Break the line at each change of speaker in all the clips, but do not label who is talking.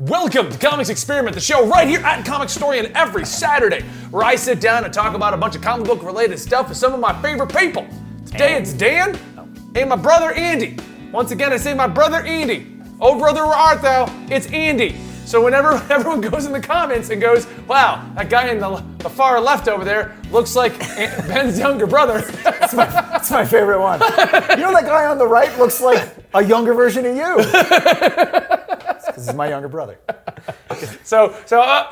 Welcome to Comics Experiment, the show right here at Comic Storian every Saturday, where I sit down and talk about a bunch of comic book related stuff with some of my favorite people. Today it's Dan and my brother Andy. Once again, I say my brother Andy. Oh, brother, where art thou? It's Andy. So whenever everyone goes in the comments and goes, wow, that guy in the, the far left over there looks like Aunt Ben's younger brother.
That's my, that's my favorite one. You know that guy on the right looks like a younger version of you. This is my younger brother.
So, so, uh,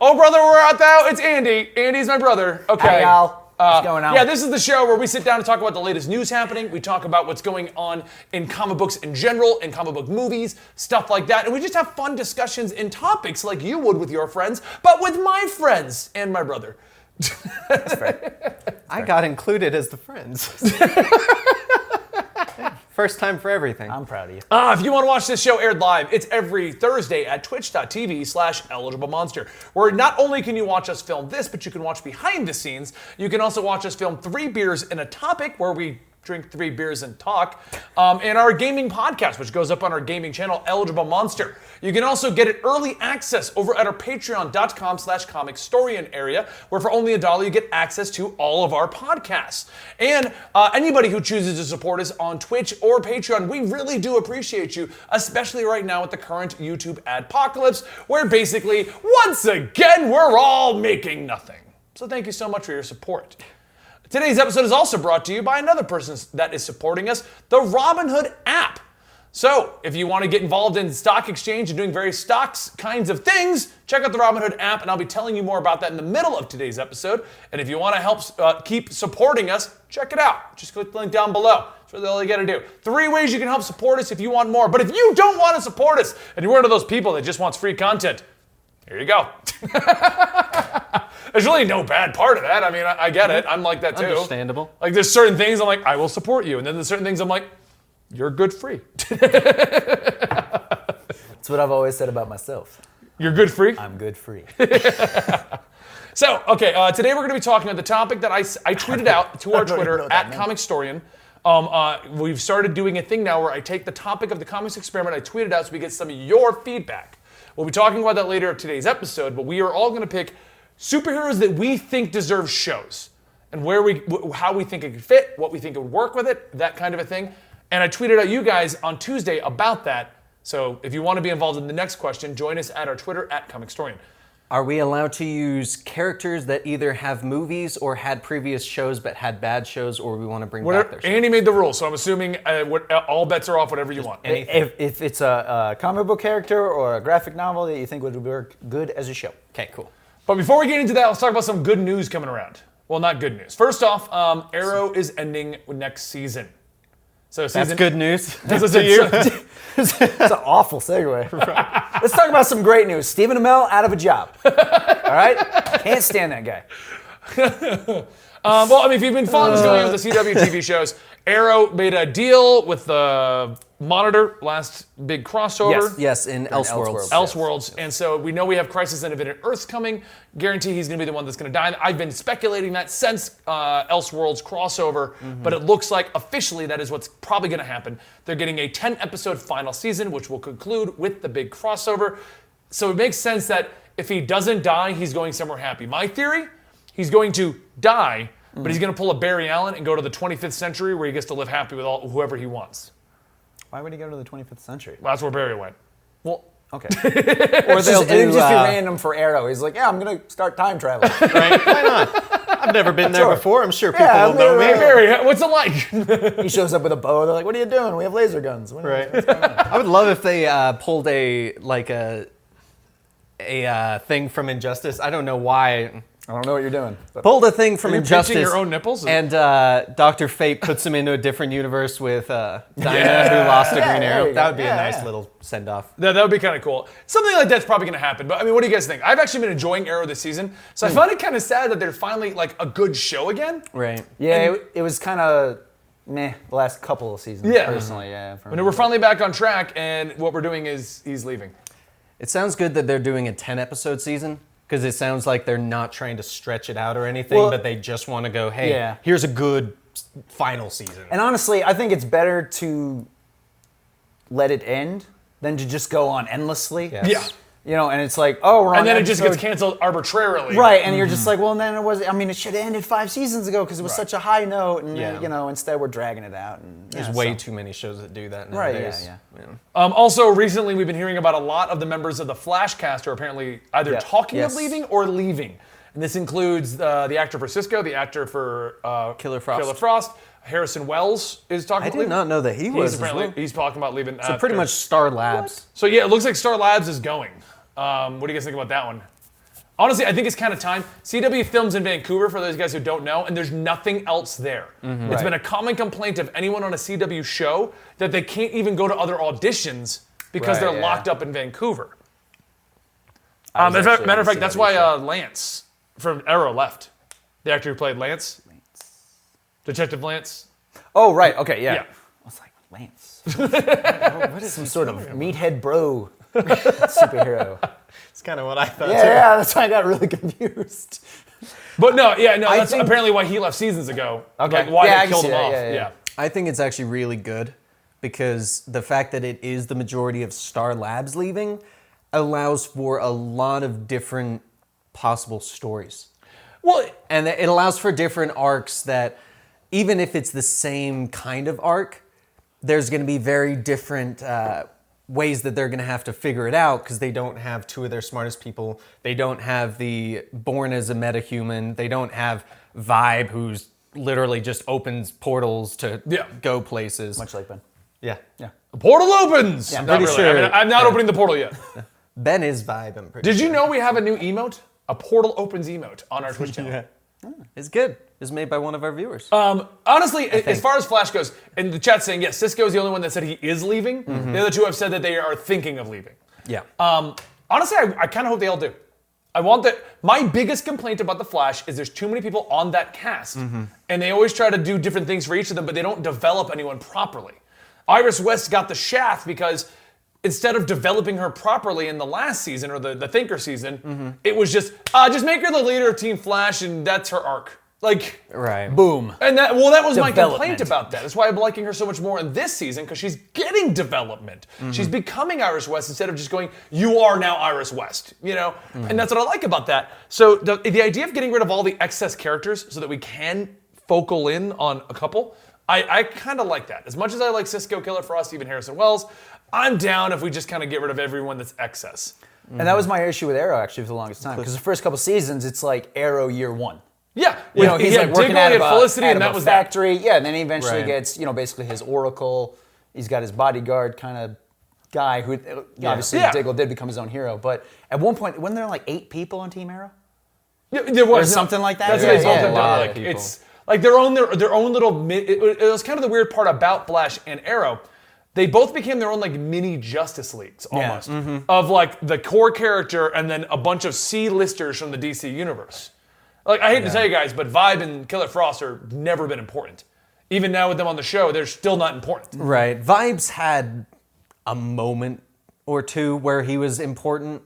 oh brother, where art thou? It's Andy. Andy's my brother. Okay.
Hey, Al.
Uh,
What's going on?
Yeah, this is the show where we sit down and talk about the latest news happening. We talk about what's going on in comic books in general, in comic book movies, stuff like that. And we just have fun discussions and topics like you would with your friends, but with my friends and my brother.
I got included as the friends. First time for everything.
I'm proud of you.
Ah, if you want to watch this show aired live, it's every Thursday at twitch.tv slash eligible monster, where not only can you watch us film this, but you can watch behind the scenes. You can also watch us film three beers in a topic where we drink three beers and talk, um, and our gaming podcast, which goes up on our gaming channel, Eligible Monster. You can also get it early access over at our patreon.com slash comicstorian area, where for only a dollar you get access to all of our podcasts. And uh, anybody who chooses to support us on Twitch or Patreon, we really do appreciate you, especially right now with the current YouTube adpocalypse, where basically, once again, we're all making nothing. So thank you so much for your support. Today's episode is also brought to you by another person that is supporting us, the Robinhood app. So, if you want to get involved in stock exchange and doing various stocks kinds of things, check out the Robinhood app, and I'll be telling you more about that in the middle of today's episode. And if you want to help uh, keep supporting us, check it out. Just click the link down below. That's really all you got to do. Three ways you can help support us if you want more. But if you don't want to support us, and you're one of those people that just wants free content, here you go. There's really no bad part of that. I mean, I, I get it. I'm like that too.
Understandable.
Like there's certain things I'm like, I will support you, and then there's certain things I'm like, you're good free.
That's what I've always said about myself.
You're good free.
I'm good free.
So, okay, uh, today we're going to be talking about the topic that I, s- I tweeted out to
I
our
don't even know
Twitter
what that
at
meant.
Comicstorian. Um, uh, we've started doing a thing now where I take the topic of the comics experiment, I tweet it out so we get some of your feedback. We'll be talking about that later of today's episode, but we are all going to pick superheroes that we think deserve shows and where we, w- how we think it could fit, what we think would work with it, that kind of a thing. And I tweeted out you guys on Tuesday about that. So if you want to be involved in the next question, join us at our Twitter at Comicstorian.
Are we allowed to use characters that either have movies or had previous shows but had bad shows, or we want to bring back
Whatever,
their shows?
Andy made the rules, so I'm assuming uh, what, uh, all bets are off. Whatever you want.
if, if it's a, a comic book character or a graphic novel that you think would work good as a show.
Okay, cool.
But before we get into that, let's talk about some good news coming around. Well, not good news. First off, um, Arrow is ending next season. So season
That's good news.
This is to you.
It's an awful segue. Let's talk about some great news. Stephen Amell out of a job. All right? Can't stand that guy.
Um, well, I mean, if you've been following what's going on with the CW
Uh.
TV shows, Arrow made a deal with the Monitor last big crossover.
yes, in Elseworlds.
Elseworlds.
Elseworlds, and so we know we have Crisis and Infinite Earths coming. Guarantee he's going to be the one that's going to die. I've been speculating that since uh, Elseworlds crossover, but it looks like officially that is what's probably going to happen. They're getting a 10 episode final season, which will conclude with the big crossover. So it makes sense that if he doesn't die, he's going somewhere happy. My theory, he's going to die, but he's going to pull a Barry Allen and go to the 25th century where he gets to live happy with all whoever he wants.
Why would he go to the 25th century?
Well, that's where Barry went.
Well, okay.
Or
It's just,
they'll
it'd
do.
just be
uh,
random for Arrow. He's like, yeah, I'm going to start time traveling.
right? Why not? I've never been there
Sure.
before. I'm sure people
Yeah,
will know
I've
me.
never-
Barry, what's it like?
he shows up with a bow. They're like, what are you doing? We have laser guns. What are you-
Right. I would love if they uh, pulled a like a a uh, thing from Injustice. I don't know why.
I don't know what you're doing. But
pulled a thing from
you pinching
Injustice.
your own nipples?
And uh, Dr. Fate puts him into a different universe with uh, Dinah, who lost to
Yeah,
Green
there
Arrow.
you
That
go.
would be a
Yeah,
nice
yeah.
little send off.
That, that would be kind of cool. Something like that's probably going to happen. But I mean, what do you guys think? I've actually been enjoying Arrow this season, so I found it kind of sad that they're finally like a good show again.
Hmm. Right.
yeah, it, it was kind of meh the last couple of seasons.
Yeah.
Personally, yeah. for
And
me.
we're finally back on track, and what we're doing is he's leaving.
It sounds good that they're doing a 10 episode season because it sounds like they're not trying to stretch it out or anything,
Well-
but they just want to go, hey,
Yeah.
here's a good s- final season.
And honestly, I think it's better to let it end than to just go on endlessly.
Yes. Yeah.
You know, and it's like, oh, we're on
And then it just gets
episode-
canceled arbitrarily.
Right, and
Mm-hmm.
you're just like, well, then it was. I mean, it should have ended five seasons ago because it was
Right.
such a high note, and uh,
Yeah.
you know, instead we're dragging it out. And
There's
yeah,
way
so-
too many shows that do that
Right, yeah,
nowadays.
yeah.
Um, also, recently we've been hearing about a lot of the members of the Flashcast are apparently either
Yeah.
talking
Yes.
of leaving or leaving. And this includes uh, the actor for Cisco, the actor for uh,
Killer Frost.
Killer Frost. Harrison Wells is talking
I
about
did
leaving.
not know that he was.
He's
as
apparently
well.
he's talking about leaving. uh,
So pretty much Star Labs.
So yeah, it looks like Star Labs is going. Um, what do you guys think about that one? Honestly, I think it's kind of time. CW films in Vancouver, for those guys who don't know, and there's nothing else there.
Mm-hmm.
It's been a common complaint of anyone on a CW show that they can't even go to other auditions because
Right,
they're
yeah.
locked up in Vancouver.
I
Um,
was
as a
actually
matter
on
of fact,
a
that's
CW
why
show.
uh, Lance from Arrow left. The actor who played Lance, Detective Lance.
Oh, right. Okay, yeah.
Yeah.
I was like, Lance. what is some sort of meathead bro superhero?
That's kind of what I thought.
yeah, yeah, that's why I got really confused.
But no, yeah, no, that's
think-
apparently why he left seasons ago.
Okay.
Like why
Yeah, I
they
can
killed
see
him
that.
off.
Yeah, yeah.
yeah.
I think it's actually really good because the fact that it is the majority of Star Labs leaving allows for a lot of different possible stories.
Well,
And that it allows for different arcs that, even if it's the same kind of arc, there's going to be very different uh, ways that they're going to have to figure it out because they don't have two of their smartest people. They don't have the born as a metahuman. They don't have Vibe, who's literally just opens portals to
Yeah.
go places.
Much like Ben.
yeah.
Yeah.
The portal opens.
I'm
Not
pretty
really. I
sure-
mean, I'm not opening the portal yet.
Ben is Vibe, I'm pretty
Did you know we have a new emote? A portal opens emote on our Twitch channel.
It's good. It's made by one of our viewers.
Um, honestly, a- as far as Flash goes, and the chat's saying yes, Cisco's the only one that said he is leaving. The other two have said that they are thinking of leaving.
Mm-hmm. yeah.
Um, honestly, I, I kind of hope they all do. I want that. My biggest complaint about The Flash is there's too many people on that cast, and they always try to do different things for each of them, but they don't develop anyone properly. Iris West got the shaft because instead of developing her properly in the last season or the, the Thinker season, it was just uh, just make her the leader of Team Flash, and that's her arc. Like,
right.
Boom.
and that well, that was my
Development.
complaint about that. That's why I'm liking her so much more in this season because she's getting development.
Mm-hmm.
She's becoming Iris West instead of just going, "You are now Iris West," you know.
Mm-hmm.
And that's what I like about that. So the, the idea of getting rid of all the excess characters so that we can focal in on a couple, I, I kind of like that. As much as I like Cisco, Killer Frost, even Harrison Wells, I'm down if we just kind of get rid of everyone that's excess.
And that was my issue with Arrow actually for the longest time because the first couple seasons, it's like Arrow year one.
Yeah,
You know, he's
yeah,
like working
Diggle,
out
he
of
had
a,
Felicity,
out
and
of
that
a
was that.
factory. Yeah, and then he eventually
Right.
gets, you know, basically his oracle. He's got his bodyguard kind of guy who uh, obviously
Yeah.
Diggle did become his own hero. But at one point, wasn't there like eight people on Team Arrow?
Yeah, there was
something like that?
That's
Yeah,
what it's all
yeah.
been
A lot
done.
of
Like
people.
it's like their own their, their own little. mi- It, it was kind of the weird part about Flash and Arrow. They both became their own like mini Justice Leagues almost
mm-hmm.
of like the core character and then a bunch of C listers from the DC universe. Like I hate to tell you guys, but Vibe and Killer Frost are never been important. Even now with them on the show, they're still not important.
Right. Vibes had a moment or two where he was important.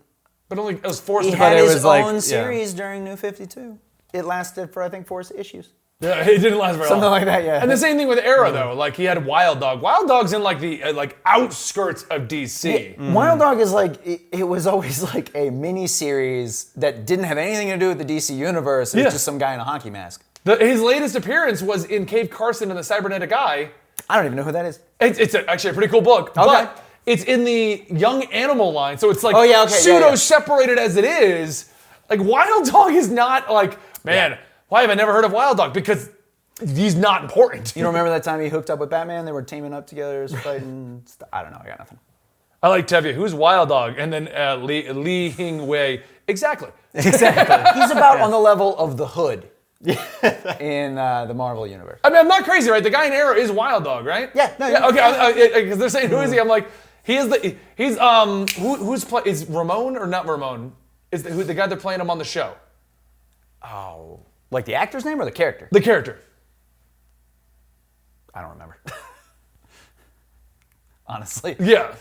But only it was forced
He
to
had
it
his
was like-
own
yeah.
series during New 52. It lasted for, I think, four issues.
Yeah, it didn't last very long.
Something like that, yeah. Mm.
And the same thing with Arrow, though. Like he had Wild Dog. Wild Dog's in like the uh, like outskirts of DC.
Mm-hmm.
Wild Dog is like, it, it was always like a mini series that didn't have anything to do with the DC universe. It
Yeah.
was just some guy in a hockey mask.
The, his latest appearance was in Cave Carson and the Cybernetic Eye.
I don't even know who that is.
It's, it's a, actually a pretty cool book, but it's in the young animal line, so it's like
Oh, yeah, okay, yeah,
pseudo
yeah.
separated as it is. Like Wild Dog is not like man. Why have I never heard of Wild Dog? Because he's not important.
You don't remember that time he hooked up with Batman? They were teaming up together, fighting. st- I don't know. I got nothing.
I like Tevye. Who's Wild Dog? And then uh, Lee Lee Hing Wei. Exactly.
He's about on the level of the Hood in uh, the Marvel universe.
I mean, I'm not crazy, right? The guy in Arrow is Wild Dog, right?
Yeah, no,
yeah.
yeah,
Okay. Because they're saying who is he? I'm like, he is the he's um who, who's play is Ramon or not Ramon? Is the, who the guy they're playing him on the show?
Oh, like the actor's name or the character?
The character.
I don't remember. Honestly,
Yeah.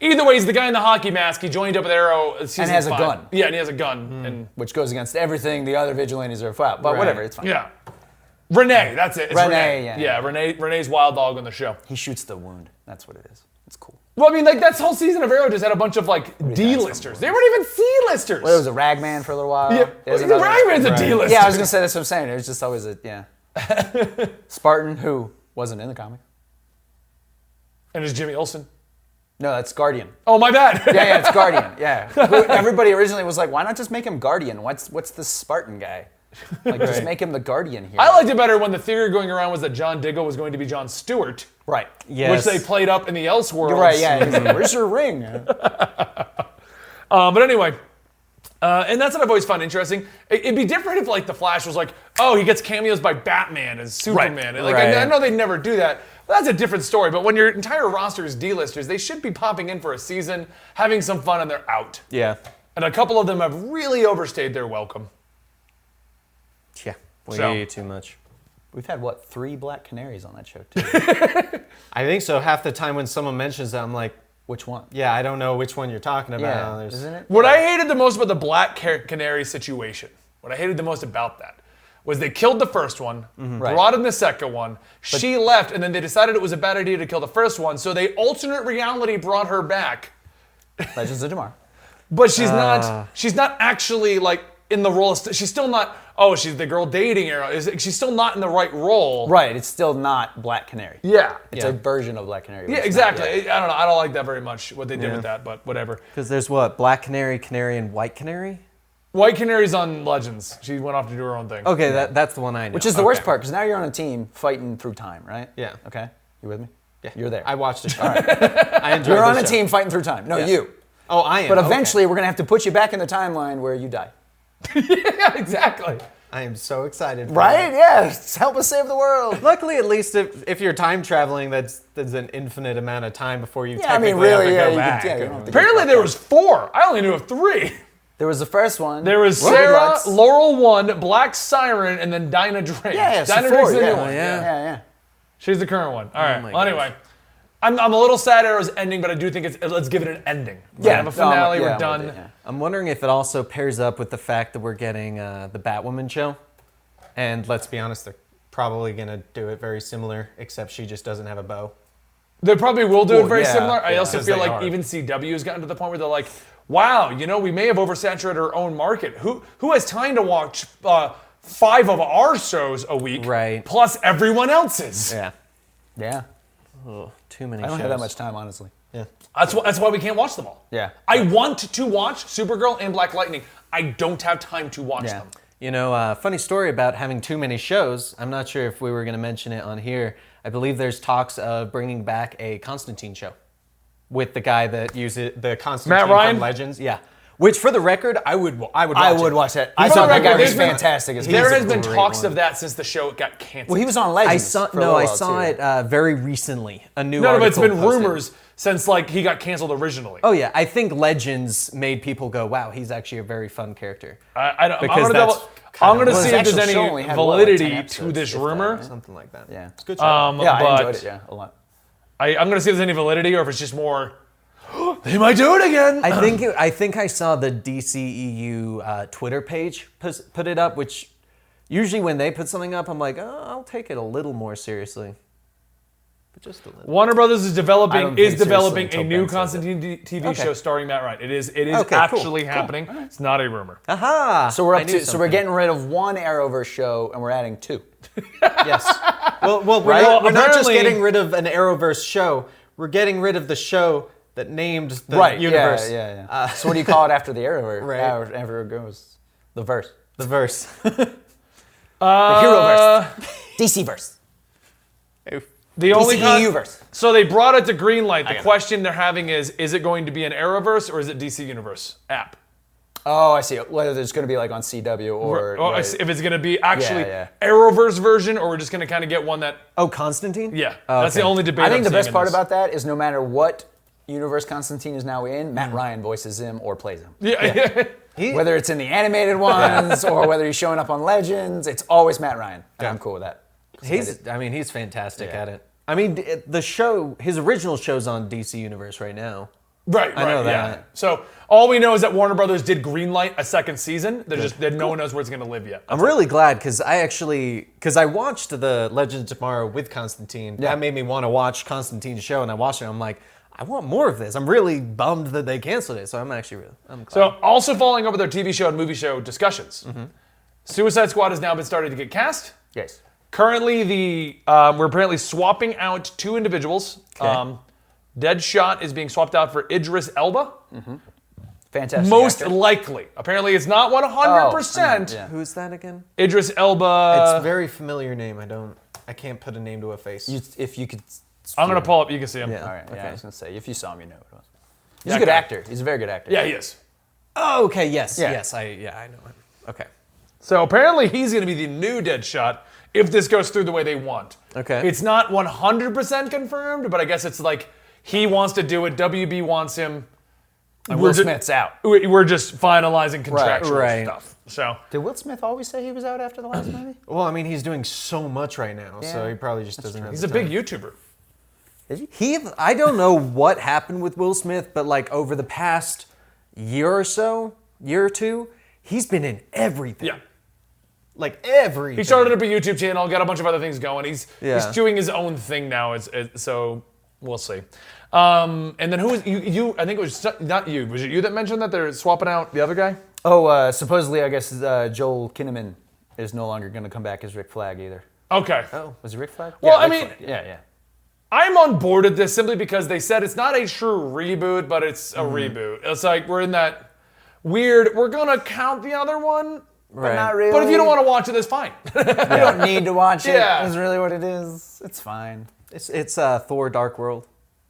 Either way, he's the guy in the hockey mask. He joined up with Arrow. uh, season
has a
five.
gun.
Yeah, and he has a gun. And
which goes against everything the other vigilantes are about. But whatever, it's fine.
yeah, Renee. That's it. It's Renee.
Renee, yeah.
yeah, Renee. Renee's Wild Dog on the show.
He shoots the wound. That's what it is. It's cool.
Well, I mean, like that's whole season of Arrow just had a bunch of like D-listers. They weren't even C-listers.
Well, there was a Ragman for a little while.
yeah,
There's
well,
another-
Ragman's a D-lister.
Yeah, I was gonna say that's what I'm saying. It was just always a yeah. Spartan, who wasn't in the comic.
and it's Jimmy Olsen.
No, that's Guardian.
Oh, my bad.
Yeah, yeah, it's Guardian. Yeah. Who- Everybody originally was like, why not just make him Guardian? What's what's this Spartan guy? Like, just make him the Guardian here.
I liked it better when the theory going around was that John Diggle was going to be John Stewart,
right. Yeah.
Yes.
which they played up in the Elseworlds.
Right. Yeah. He's like, Where's your ring?
Uh, but anyway, uh, and that's what I've always found interesting. It, would be different if like the Flash was like, oh, he gets cameos by Batman and Superman. And, like I, I
Right.
know they'd never do that. But that's a different story. But when your entire roster is D-listers, they should be popping in for a season, having some fun, and they're out.
Yeah.
And a couple of them have really overstayed their welcome.
Yeah. Way
So-
too much.
We've had what three Black Canaries on that show too.
I think so. Half the time when someone mentions that, I'm like,
Which one?
yeah, I don't know which one you're talking about. There's-
Isn't it?
What I hated the most about the Black Car- Canary situation, what I hated the most about that, was they killed the first one, brought in the second one, she left, and then they decided it was a bad idea to kill the first one, so they alternate reality brought her back,
Legends of Tomorrow.
but she's not she's not actually like in the role. Of st- she's still not. Oh, she's the girl dating Arrow. Is she's still not in the right role?
Right. It's still not Black Canary.
Yeah.
It's a version of Black Canary. but
Yeah,
it's not
exactly.
yet.
I don't know. I don't like that very much. What they did with that, but whatever.
Because there's what? Black canary, canary, and white canary?
White Canary's on Legends. She went off to do her own thing.
Okay, that, that's the one I know. Oh,
Which is the worst
Okay.
part because now you're on a team fighting through time, right?
Yeah.
Okay. You with me? Yeah. You're there.
I watched it. All right. I enjoyed
you're on
the
a
show.
team fighting through time. No, you.
Oh, I am.
But
Okay.
eventually, we're gonna have to put you back in the timeline where you die.
yeah, exactly.
I am so excited. for
Right?
that.
Yeah. Help us save the world.
Luckily, at least if, if you're time traveling, that's that's an infinite amount of time before you.
Yeah, I mean,
technically have
really,
to
yeah,
go
you can-
back.
yeah, you don't have to go-
Apparently there was four. I only knew of three.
There was the first one.
There was
Road
Sarah,
Blocks.
Laurel one, Black Siren, and then Dinah Drake.
Yeah, yeah, so
Dinah Drake's
four,
the
yeah. Oh
new one.
yeah.
Yeah, yeah.
She's the current one. All right.
my
well, anyway, I'm, I'm a little sad Arrow's ending, but I do think it's let's give it an ending. We
Yeah,
have a
no, I'm-
finale.
yeah,
we're
I'm
done.
with it, yeah.
I'm wondering if it also pairs up with the fact that we're getting uh, the Batwoman show. And let's be honest, they're probably gonna do it very similar, except she just doesn't have a bow.
They probably will do it
Well,
very
yeah,
similar. I
yeah.
also
Because
feel
they
like
are.
even CW has gotten to the point where they're like, wow, you know, we may have oversaturated our own market. Who who has time to watch uh, five of our shows a week,
Right.
Plus everyone else's.
Yeah.
Yeah.
Ugh, too many.
I don't
shows.
have that much time, honestly.
That's why, that's why we can't watch them all.
Yeah.
I want to watch Supergirl and Black Lightning. I don't have time to watch
Yeah.
them.
You know, uh, funny story about having too many shows. I'm not sure if we were gonna mention it on here. I believe there's talks of bringing back a Constantine show with the guy that uses the Constantine
Matt Ryan?
from Legends. Yeah. Which, for the record, I would I would watch
I
it.
would watch that. I
He's
thought
on
that
record.
guy was
There's been-
fantastic. as
There
He's a
has been
great
talks
one.
of that since the show got canceled.
Well, he was on Legends.
I saw
for a
no,
little
I
while,
saw
too.
it uh, very recently. A new
no, no, but it's been
article posted.
rumors since like he got canceled originally.
Oh yeah, I think Legends made people go, "Wow, he's actually a very fun character."
I, I don't, I'm
Because
gonna
that's
double.
kinda
I'm gonna
what-
see
Well,
if
his
there's
actual
any
show only had, what, like, 10
validity to
episodes,
this
if that,
rumor.
right?
Something like that.
Yeah.
it's a good.
Um,
Yeah, I
but
enjoyed it. Yeah, a lot.
I, am gonna see if there's any validity or if it's just more. they might do it again.
I think it- I think I saw the DCEU uh, Twitter page pus- put it up, which usually when they put something up, I'm like, "Oh, I'll take it a little more seriously." But just a little.
Warner Brothers is developing
don't
is
think
developing
seriously
a
until
new
Ben says
Constantine D- TV show starring Matt Ryan. It is it is
Okay, cool,
actually happening. It's not a rumor.
Aha!
So we're
I
up
knew
to. So we're
something.
getting rid of one Arrowverse show and we're adding two.
yes. Well, well, we're,
Right?
not, we're not just
Apparently-
getting rid of an Arrowverse show. We're getting rid of the show that named the
yeah,
universe.
Yeah, yeah. so what do you call it after the Arrowverse?
Uh, Right.
However- However it goes, the verse,
The verse. Uh,
the hero verse, DC verse,
The only con-
DCEU verse.
So they brought it to Greenlight. The
got it.
question they're having is: Is it going to be an Arrowverse or is it DC Universe app?
Oh, I see. Whether it's going to be like on CW or.
Or
right.
Oh, if it's going to be actually
Yeah,
Arrowverse version, or we're just going to kind of get one that
Oh, Constantine.
yeah.
Oh,
That's the
okay.
only debate.
I think
I'm
the
seeing
best
in
part
this.
about that is no matter what universe Constantine is now in, Matt Ryan voices him or plays him.
yeah. yeah.
Whether it's in the animated ones or whether he's showing up on Legends, it's always Matt Ryan. And I'm cool with that.
He's, I mean, he's fantastic
Yeah.
at it. I mean, d- the show, his original show's on DC Universe right now.
Right, right,
know
yeah.
that.
So all we know is that Warner Brothers did greenlight a second season. They're just that no one knows where it's going to live yet.
I'm really glad because I actually, because I watched the Legends of Tomorrow with Constantine. That made me want to watch Constantine's show, and I watched it. I'm like, I want more of this. I'm really bummed that they canceled it. So I'm actually really I'm glad.
So, also falling over their TV show and movie show discussions.
Mm-hmm.
Suicide Squad has now been started to get cast.
Yes.
Currently, the um, we're apparently swapping out two individuals. Um, Deadshot is being swapped out for Idris Elba.
Fantastic.
Most
actor.
likely, apparently, it's not 100%.
Oh, I know,
Who's that again?
Idris Elba.
it's a very familiar name. I don't. I can't put a name to a face.
You, if you could.
I'm gonna pull up. You can see him.
Yeah.
Yeah,
All right. Yeah,
Okay.
I was gonna say if you saw him, you know what it was. He's
Yeah,
a good
okay.
actor. He's a very good actor.
he is.
Oh, okay. Yes.
Yeah.
Yes. I. Yeah. I know him. Okay.
So apparently, he's gonna be the new Deadshot if this goes through the way they want.
Okay.
It's not 100% confirmed, but I guess it's like he wants to do it. WB wants him.
And
We're
Will
ju-
Smith's out.
we- We're just finalizing contractual
Right.
stuff. So
Did Will Smith always say he was out after the last movie?
Well, I mean, he's doing so much right now, so
Yeah.
he probably just doesn't. Have
he's
the
a big
time.
YouTuber.
He. I don't know what happened with Will Smith, but like over the past year or so, year or two, he's been in everything.
Yeah.
Like everything.
He started up a YouTube channel, got a bunch of other things going. He's
Yeah.
he's doing his own thing now. It's, it, so we'll see. Um, and then who is you, you? I think it was so- not you. Was it you that mentioned that they're swapping out the other guy?
Oh, uh, supposedly, I guess uh, Joel Kinnaman is no longer going to come back as Rick Flag either.
Okay.
Oh.
Was it Rick Flag?
Well, I
Ric
mean-
Flag. yeah, yeah.
I'm on board with this simply because they said it's not a true reboot, but it's a reboot. It's like we're in that weird. We're gonna count the other one,
Right.
Not really.
but if you don't want to watch it, that's fine.
you don't need to watch it.
Yeah.
That's really what it is. It's fine.
It's, it's uh, Thor: Dark World.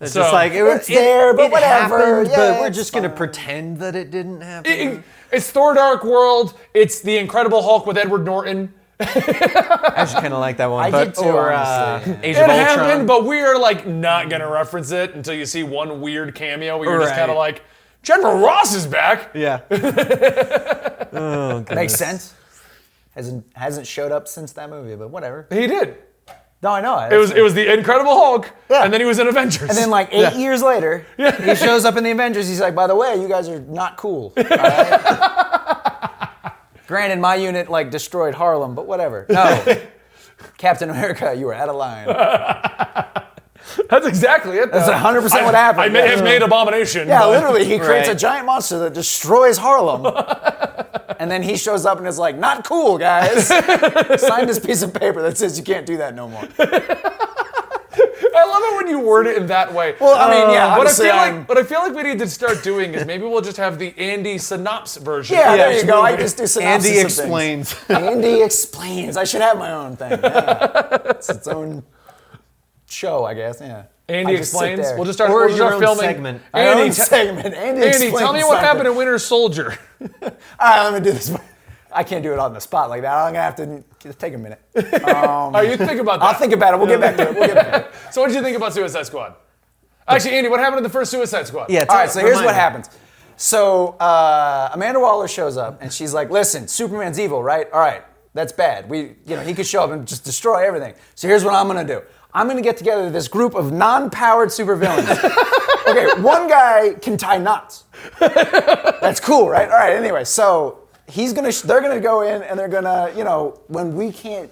It's
So-
just like it,
It's
it-
there, but
it
whatever.
happened,
Yeah,
but we're
it's
just gonna pretend that it didn't happen.
It- it- it's Thor: Dark World. It's the Incredible Hulk with Edward Norton.
I actually kind of like that one.
I
but,
did too,
or uh,
honestly, yeah.
Age
It
of Ultron.
happened, but we are like not gonna reference it until you see one weird cameo where you're just
Right.
kind of like, General Ross is back.
yeah.
Makes sense. Hasn't hasn't showed up since that movie, but whatever.
He did.
No, I know.
It was it was the Incredible Hulk, and then he was in Avengers.
And then, like eight years later, he shows up in the Avengers. He's like, "By the way, you guys are not cool." all right?" Granted, my unit like destroyed Harlem, but whatever. No, Captain America, you were out of line. That's
that's exactly it. though.
100 percent what
I-
happened.
I may
yeah.
have made Abomination.
Yeah,
but-
literally, he creates a
Right.
giant monster that destroys Harlem, and then he shows up and is like, "Not cool, guys." Sign this piece of paper that says you can't do that no more.
I love it when you word it in that way. Uh,
Well, I mean, yeah,
What I,
obviously
feel
I'm-
like, what I feel like we need to start doing is maybe we'll just have the Andy Synopsis version.
Yeah, there
Yeah.
you go. I just do synopsis.
Andy
of things.
explains.
Andy explains. I should have my own thing. Yeah. It's its own show, I guess. Yeah.
Andy
I just sit
explains.
there.
We'll just start,
Or
we'll just
your
start
own
filming.
segment.
My
Andy,
own
te-
segment. Andy,
Andy tell me what happened in Winter Soldier.
I'm gonna do this. one. I can't do it on the spot like that. I'm gonna have to just take a minute. Um,
All right, you think about that.
I'll think about it. We'll get back to it. We'll get back to it.
so, what did you think about Suicide Squad? Actually, Andy, what happened in the first Suicide Squad?
Yeah.
All right, so here's
Remind
what
me.
happens. So uh, Amanda Waller shows up and she's like, "Listen, Superman's evil, right? All right, that's bad. We, you know, he could show up and just destroy everything. So here's what I'm gonna do. I'm gonna get together this group of non-powered supervillains. okay, one guy can tie knots. That's cool, right? All right. Anyway, so he's gonna, sh- they're gonna go in and they're gonna, you know, when we can't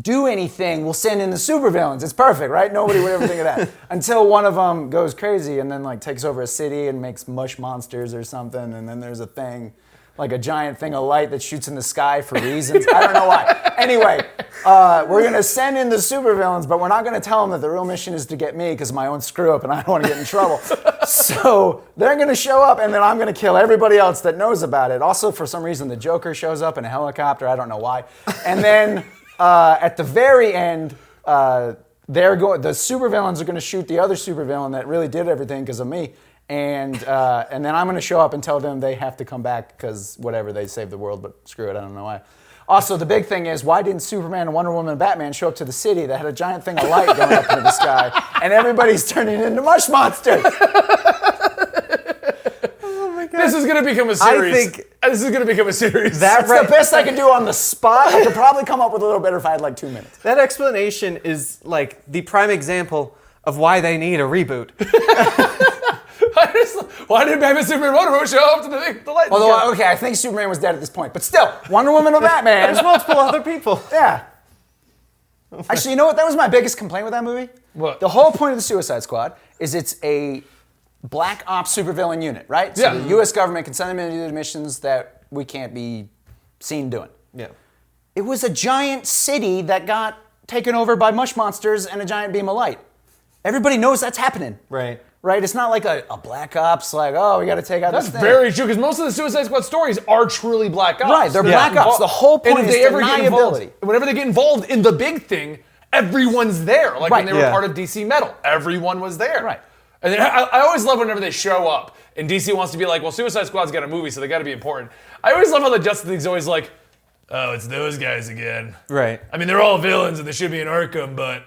do anything, we'll send in the supervillains. It's perfect, right? Nobody would ever think of that. Until one of them goes crazy and then like takes over a city and makes mush monsters or something, and then there's a thing, like a giant thing of light that shoots in the sky for reasons. I don't know why. Anyway, uh, we're gonna send in the supervillains, but we're not gonna tell them that the real mission is to get me because my own screw up and I don't wanna get in trouble. so they're gonna show up and then I'm gonna kill everybody else that knows about it. Also, for some reason, the Joker shows up in a helicopter. I don't know why. And then uh, at the very end, uh, they're going. The supervillains are going to shoot the other supervillain that really did everything because of me, and uh, and then I'm going to show up and tell them they have to come back because whatever they saved the world, but screw it, I don't know why. Also, the big thing is why didn't Superman, Wonder Woman, and Batman show up to the city that had a giant thing of light going up into the sky, and everybody's turning into mush monsters?
This is going to become a series.
think-
this is going to become a series.
That
That's
right,
the best I can do on the spot. I could probably come up with a little better if I had like two minutes.
that explanation is like the prime example of why they need a reboot.
I just- why did Batman Superman Motorboat show up to the, thing- the light?
Although, okay, I think Superman was dead at this point, but still, Wonder Woman or Batman.
There's multiple other people.
Yeah. Actually, you know what? That was my biggest complaint with that movie.
What?
The whole point of the Suicide Squad is it's a black ops supervillain unit, right? So
Yeah.
the U.S. government can send them into missions that we can't be seen doing.
Yeah.
It was a giant city that got taken over by mush monsters and a giant beam of light. Everybody knows that's happening.
Right.
Right? It's not like a, a black ops, like, oh, we got to take out
That's
this thing.
very true because most of the Suicide Squad stories are truly black ops.
Right, they're black
not
ops. The whole point
and if
is
they ever get involved,
deniability.
whenever they get involved in the big thing, everyone's there. Like when
Right.
they were
Yeah.
part of DC Metal, everyone was there.
Right.
And then I, I always love whenever they show up and DC wants to be like, well, Suicide Squad's got a movie, so they got to be important. I always love how the Justice League's always like, oh, it's those guys again.
Right.
I mean, they're all villains and they should be in Arkham, but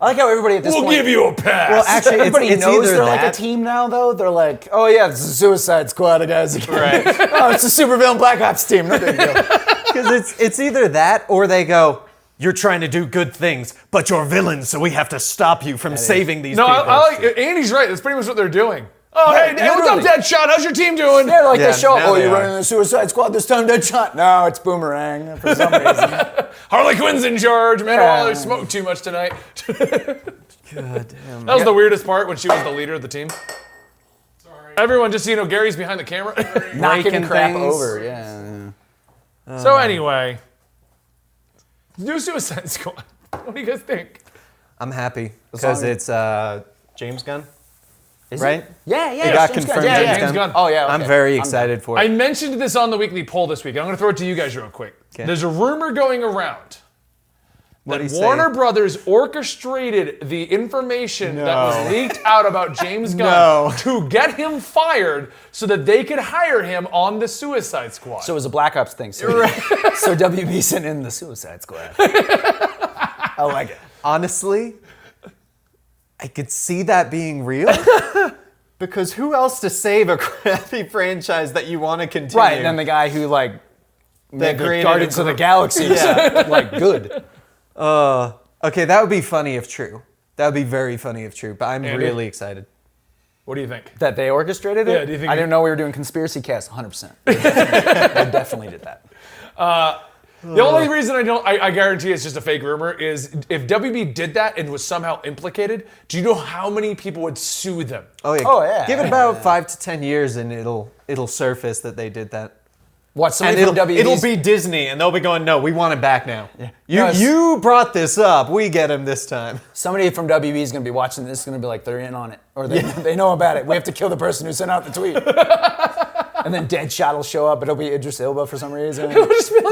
I like how everybody at this
we'll
point.
give you a pass.
Well, actually, it's,
Everybody
it's
knows
either
they're
that.
like a team now, though. They're like, oh yeah, it's a Suicide Squad guys again.
Right.
oh, it's a supervillain Black Ops team. No big deal.
Because it's it's either that or they go. You're trying to do good things, but you're villains, so we have to stop you from saving these
no, I,
people.
I like, Andy's right. That's pretty much what they're doing. Oh, hey, hey, what's up,
literally.
Deadshot? How's your team doing?
yeah, like
Yeah,
they show up.
now
Oh,
they
you're
are.
running the Suicide Squad this time, Deadshot. No, it's Boomerang for some reason.
Harley Quinn's in charge. Man, Oh,
Yeah.
I smoked too much tonight. That was the weirdest part when she was the leader of the team. Everyone, just so you know, Gary's behind the camera.
Knocking crap
things.
over. Yeah.
so anyway, new Suicide Squad. What do you guys think?
I'm happy because
long-
it's uh, James Gunn, right?
Yeah, yeah.
It got
James Gunn.
confirmed.
Yeah,
James
yeah.
Gunn.
Oh yeah.
I'm
okay.
very
I'm
excited for
I
it.
mentioned this on the weekly poll this week. I'm going to throw it to you guys real quick.
Okay.
There's a rumor going around
What do
that
you say?
Warner Brothers orchestrated the information that was leaked out about James Gunn
No.
to get him fired so that they could hire him on the Suicide Squad.
So it was a Black Ops thing. So, so WB sent in the Suicide Squad. I like it.
Honestly, I could see that being real. because who else to save a crappy franchise that you want to continue?
Right, and then the guy who like made the
created
Guardians
a
of the Galaxy, yeah, like good.
Uh, okay, that would be funny if true. That would be very funny if true. But I'm
Andy?
really excited.
what do you think?
That they orchestrated it.
Yeah, do you think
I
it-
didn't know we were doing conspiracy casts. 100. percent They definitely did that.
Uh, The only reason I don't, I, I guarantee it's just a fake rumor, is if WB did that and was somehow implicated, do you know how many people would sue them?
Oh yeah.
Oh, yeah.
Give it about five to ten years, and it'll it'll surface that they did that.
What?
And
Somebody
it'll,
from WB.
it'll be Disney, and they'll be going, "No, we want it back now. You
No, it's-
you brought this up. We get him this time."
somebody from WB is gonna be watching this. Is gonna be like they're in on it, or they, they know about it. We have to kill the person who sent out the tweet. And then Deadshot will show up. It'll be Idris Elba for some reason.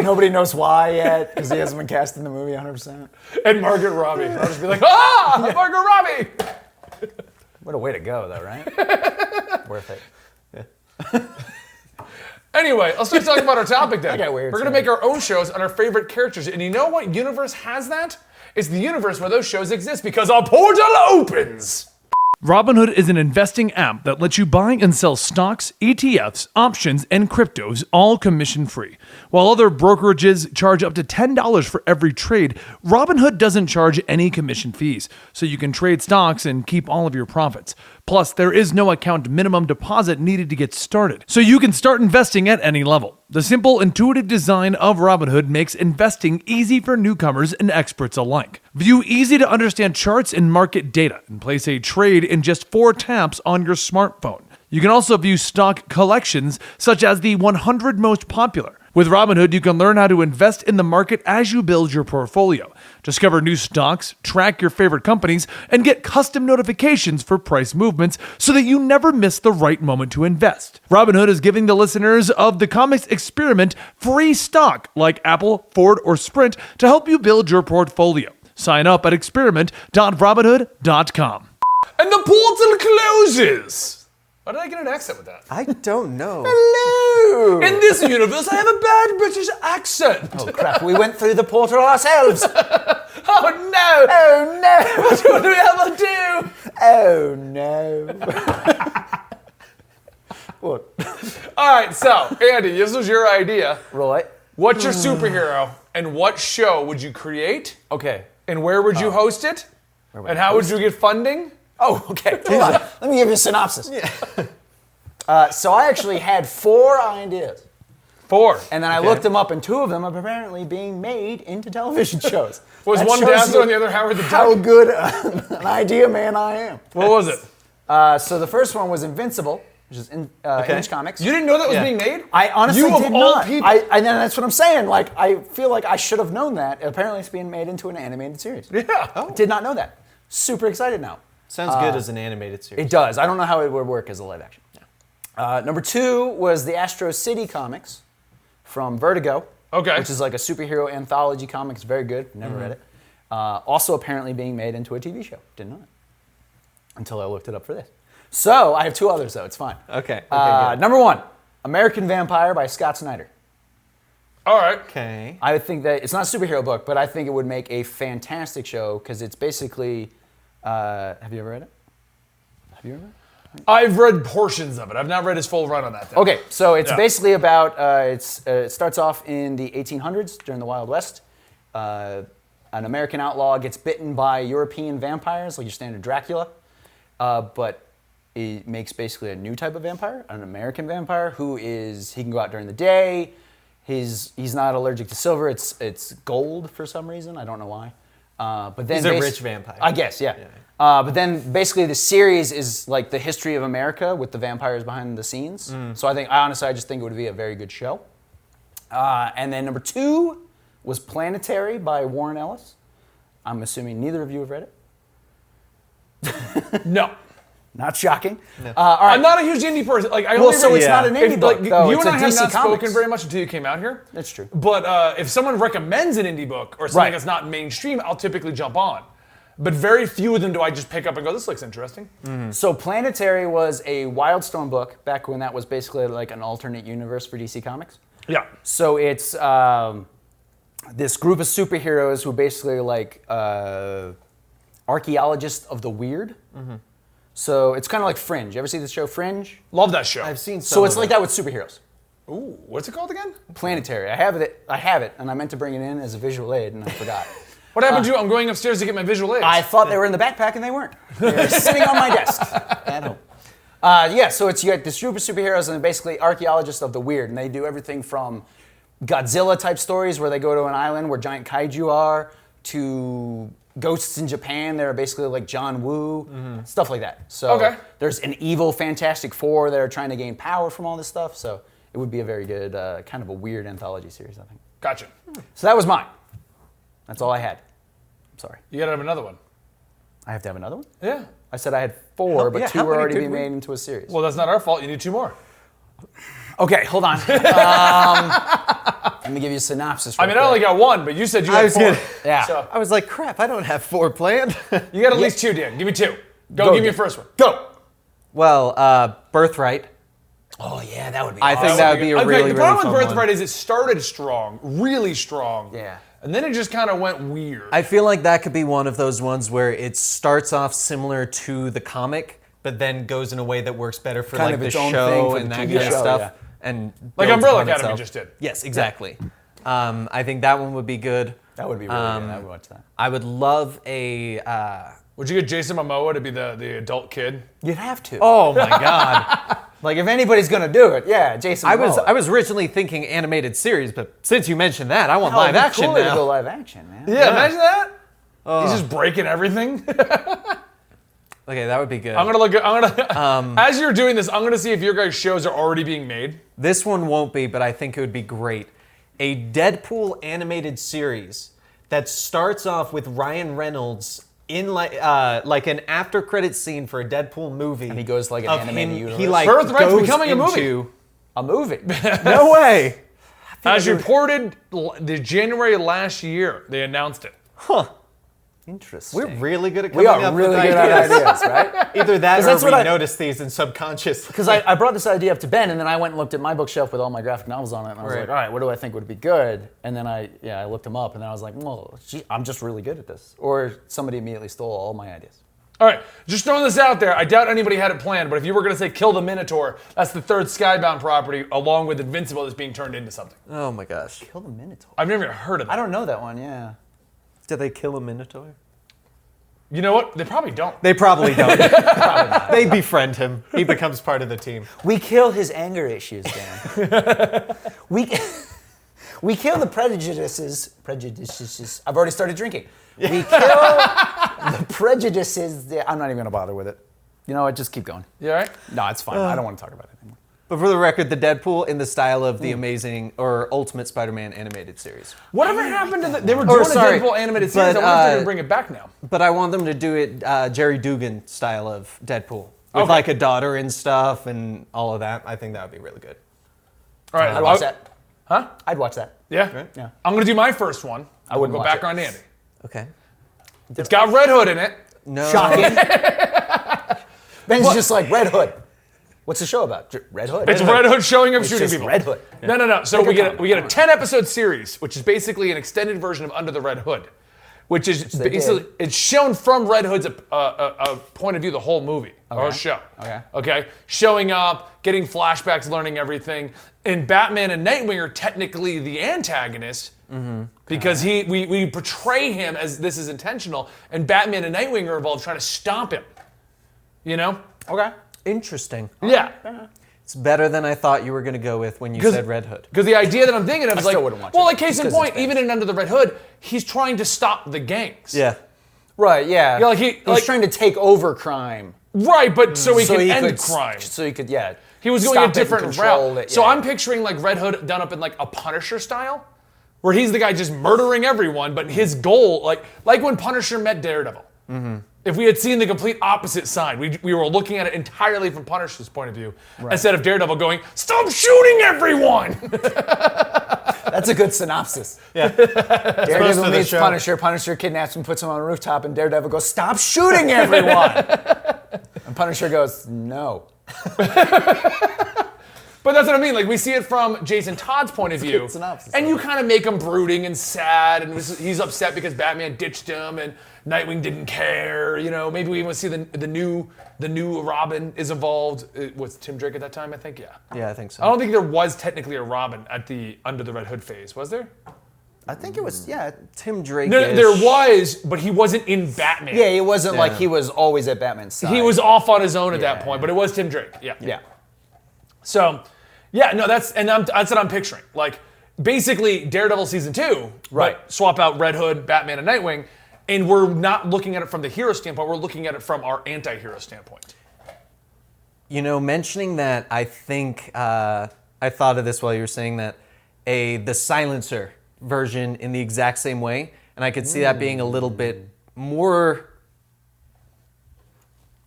Nobody knows why yet because he hasn't been cast in the movie 100%.
And Margaret Robbie. I'll just be like, ah, Margaret Robbie!
What a way to go, though, right? Worth it.
Anyway, let's start talking about our topic then.
got weird
We're gonna
tonight.
make our own shows on our favorite characters, and you know what universe has that? It's the universe where those shows exist because our portal opens. Robinhood is an investing app that lets you buy and sell stocks, ETFs, options, and cryptos, all commission free. While other brokerages charge up to $10 for every trade, Robinhood doesn't charge any commission fees, so you can trade stocks and keep all of your profits. Plus, there is no account minimum deposit needed to get started, so you can start investing at any level. The simple, intuitive design of Robinhood makes investing easy for newcomers and experts alike. View easy to understand charts and market data and place a trade in just four taps on your smartphone. You can also view stock collections such as the 100 most popular. With Robinhood, you can learn how to invest in the market as you build your portfolio, discover new stocks, track your favorite companies, and get custom notifications for price movements so that you never miss the right moment to invest. Robinhood is giving the listeners of the Comics Experiment free stock like Apple, Ford, or Sprint to help you build your portfolio. Sign up at experiment.robinhood.com. And the portal closes. Why did I get an accent with that?
I don't know.
In this universe, I have a bad British accent.
Oh, crap. We went through the portal ourselves.
Oh no!
Oh, no.
What do we ever do?
Oh, no.
All right, so Andy, this was your idea.
Right.
What's
Hmm.
your superhero, and what show would you create,
Okay.
and where would you host it, and how would you get funding?
Oh, okay. Hold on. Let me give you a synopsis. Uh, so I actually had four ideas.
Four.
And then I looked them up, and two of them are apparently being made into television shows.
Was
That
one
shows
Dazzler
you
and the other Howard the
How
Duck?
good uh, an idea man I am.
What was it?
Uh, so the first one was Invincible, which is in, uh, Image Comics.
You didn't know that was
Yeah.
being made?
I honestly
you
did
of
not.
all people.
I, and then that's what I'm saying. Like I feel like I should have known that. Apparently, it's being made into an animated series.
yeah.
Did not know that. Super excited now.
Sounds good as an animated series.
It does. I don't know how it would work as a live action. Uh, number two was the Astro City comics from Vertigo.
Okay. Mm-hmm.
Which is like a superhero anthology comic. It's very good. Never read it. Uh, also, apparently being made into a TV show. Didn't know it until I looked it up for this. So I have two others though. It's fine.
Okay. Okay,
Uh,
good.
number one, American Vampire by Scott Snyder.
All right.
Okay.
I would think that it's not a superhero book, but I think it would make a fantastic show because it's basically. Uh, have you ever read it? Have you ever read it?
I've read portions of it. I've not read his full run on that. Thing.
Okay, so it's
Yeah.
basically about uh, it's uh, it starts off in the 1800s during the Wild West. Uh, an American outlaw gets bitten by European vampires, like your standard Dracula, uh, but it makes basically a new type of vampire, an American vampire who is he can go out during the day. He's he's not allergic to silver. It's it's gold for some reason. I don't know why. Uh, but then
He's a
basi-
rich vampire.
I guess, yeah. Uh, but then basically the series is like the history of America with the vampires behind the scenes.
Mm.
So I think, I honestly, I just think it would be a very good show. Uh, and then number two was Planetary by Warren Ellis. I'm assuming neither of you have read it.
No.
Not shocking. Uh, all right.
I'm not a huge indie person. Like I
well,
only
so
read-
it's
Yeah.
not an
If,
indie book,
like,
though.
you
it's
and I
a
have
DC
not spoken
Comics.
very much until you came out here.
That's true.
Mm-hmm.
But uh, if someone recommends an indie book or something
Right.
that's not mainstream, I'll typically jump on. But very few of them do I just pick up and go, "This looks interesting."
So Planetary was a Wildstorm book back when that was basically like an alternate universe for DC Comics.
Yeah.
So it's um, this group of superheroes who are basically like uh, archaeologists of the weird.
Mm-hmm.
So it's kind of like Fringe. You ever see the show Fringe?
Love that show.
I've seen some
so it's
of
like
it.
that with superheroes.
Ooh, what's it called again?
Planetary. I have it. I have it, and I meant to bring it in as a visual aid, and I forgot.
What
Uh,
happened to you? I'm going upstairs to get my visual aids.
I thought they were in the backpack, and they weren't. They were sitting on my desk at home. Uh, yeah, so it's you got this group of superheroes and basically archaeologists of the weird, and they do everything from Godzilla type stories where they go to an island where giant kaiju are, to ghosts in Japan that are basically like John Woo, stuff like that. So
Okay.
there's an evil Fantastic Four that are trying to gain power from all this stuff. So it would be a very good uh, kind of a weird anthology series, I think.
gotcha.
So that was mine. That's all I had. I'm sorry.
You gotta have another one.
I have to have another one.
Yeah.
I said I had four,
How-
but
yeah,
two
how
were
many
already
did
being
we-
made into a series.
Well, that's not our fault. You need two more.
okay, hold on. um, let me give you a synopsis.
I
real
mean, I only
quick.
got one, but you said you had
was
four.
gonna-
Yeah.
So
I was like, crap, I don't have four planned.
you got at least two, Dan. Give me two. Go,
Go,
give me your
Dan.
first one.
go.
well, uh, Birthright.
Oh yeah, that would be.
I think
awesome.
that would be a
Okay,
really,
the
really
problem
fun
with
one.
Birthright is it started strong, really strong.
Yeah.
And then it just kind of went weird.
I feel like that could be one of those ones where it starts off similar to the comic, but then goes in a way that works better for
Kind
like
of
the
its own
show
thing for
and
the
that
TV
kind of
show,
stuff.
yeah.
And
Like
builds
Umbrella
upon
Academy
itself.
just did.
Yes, exactly. Um, I think that one would be good.
that would be really
Um,
good. I would watch that.
I would love a. Uh,
Would you get Jason Momoa to be the, the adult kid?
You'd have to.
oh my god!
like if anybody's gonna do it, yeah, Jason.
I was
Momoa.
I was originally thinking animated series, but since you mentioned that, I want
Hell, it'd
live
be
action
cooler To
now.
go live action, man.
Yeah, imagine that. He's just breaking everything.
okay, that would be good.
I'm gonna look. I'm gonna.
Um.
as you're doing this, I'm gonna see if your guys' shows are already being made.
This one won't be, but I think it would be great. A Deadpool animated series that starts off with Ryan Reynolds in like uh, like an after credit scene for a Deadpool movie, and
he goes to, like, an animated
He
universe.
like
Birthright's
goes
becoming a movie.
into-
A movie.
No way.
As reported, l- the January last year, they announced it.
Interesting.
We're really good at coming
we are
up
really
with
good
ideas.
at ideas, right?
Either that or
'Cause that's
we
what I-
notice these and subconsciously.
Because I, I brought this idea up to Ben, and then I went and looked at my bookshelf with all my graphic novels on it, and I was
Right.
like, all right, what do I think would be good? And then I, yeah, I looked them up, and then I was like, well, gee, I'm just really good at this. Or somebody immediately stole all my ideas.
All right, just throwing this out there. I doubt anybody had it planned, but if you were gonna say kill the Minotaur, that's the third Skybound property, along with Invincible, that's being turned into something.
Oh my gosh!
Kill the Minotaur.
I've never even heard of that.
I don't know that one. Yeah.
Did they kill a minotaur?
You know what? They probably don't.
They probably don't. They befriend him. He becomes part of the team.
We kill his anger issues, Dan. we, we kill the prejudices. Prejudices. I've already started drinking. We kill the prejudices. that- I'm not even going to bother with it. You know what? Just keep going.
You all right?
No, it's fine. I don't want to talk about it anymore.
But for the record, the Deadpool in the style of the Amazing or Ultimate Spider-Man animated series.
Whatever happened to the, they were
Or,
doing
sorry,
a Deadpool animated series.
but,
I wonder if they're
uh,
gonna bring it back now.
But I want them to do it uh, Jerry Dugan style of Deadpool with
Okay.
like a daughter and stuff and all of that. I think that would be really good.
All right,
I'd watch
I-
that.
Huh?
I'd watch that.
Yeah.
Yeah.
I'm gonna do my first one. I
wouldn't
go
watch
back
it.
on Andy.
Okay.
It's got Red Hood in it.
No.
Shocking. Ben's just like Red Hood. What's the show about? J- Red Hood.
It's Red Hood showing up shooting
just
people.
Red Hood.
No, no, no. So
Pick a
we get a,
comic.
we get a ten episode series, which is basically an extended version of Under the Red Hood, which is
they
basically
did.
it's shown from Red Hood's uh, uh, uh, point of view the whole movie or
Okay.
show.
Okay.
Okay. Showing up, getting flashbacks, learning everything, and Batman and Nightwing are technically the antagonist.
Mm-hmm.
Because he, we, we portray him as this is intentional, and Batman and Nightwing are involved trying to stop him. You know?
Okay.
Interesting.
Yeah.
It's better than I thought you were going to go with when you said Red Hood.
Because the idea that I'm thinking of is like,
still wouldn't watch
well,
it,
like case in
because it's
point, even in Under the Red Hood, he's trying to stop the gangs.
Yeah.
Right. Yeah.
Yeah, like he-
He's
like-
trying to take over crime.
Right, but so he
so
can
he
end
could,
crime.
So he could, yeah.
He was going
stop
a
it and
different
control
route.
it,
So
yeah.
I'm picturing like Red Hood done up in like a Punisher style, where he's the guy just murdering everyone, but his goal, like like when Punisher met Daredevil.
Mm-hmm.
If we had seen the complete opposite side, we, we were looking at it entirely from Punisher's point of view, instead of Daredevil going, "Stop shooting everyone!"
That's a good synopsis. Yeah.
most of
Daredevil
the
meets
show.
Punisher. Punisher kidnaps him, puts him on a rooftop, and Daredevil goes, "Stop shooting everyone!" and Punisher goes, "No."
But that's what I mean. Like we see it from Jason Todd's point of view,
synopsis.
and you kind of make him brooding and sad, and was- he's upset because Batman ditched him, and Nightwing didn't care. You know, maybe we even see the the new the new Robin is involved. It was Tim Drake at that time, I think. Yeah.
Yeah, I think so.
I don't think there was technically a Robin at the Under the Red Hood phase, was there?
I think it
Mm.
was, yeah.
Tim Drake.
No, no, there was, but he wasn't in Batman.
Yeah, it wasn't like
Yeah.
he was always at Batman's side.
He was off on his own at that
Yeah.
point, but it was Tim Drake. Yeah.
yeah.
So, yeah, no, that's and I'm, that's what I'm picturing. Like basically Daredevil season two, but
Right.
swap out Red Hood, Batman, and Nightwing, and we're not looking at it from the hero standpoint. We're looking at it from our anti-hero standpoint.
You know, mentioning that, I think uh, I thought of this while you were saying that a the silencer version in the exact same way, and I could see that being a little
Hmm.
bit more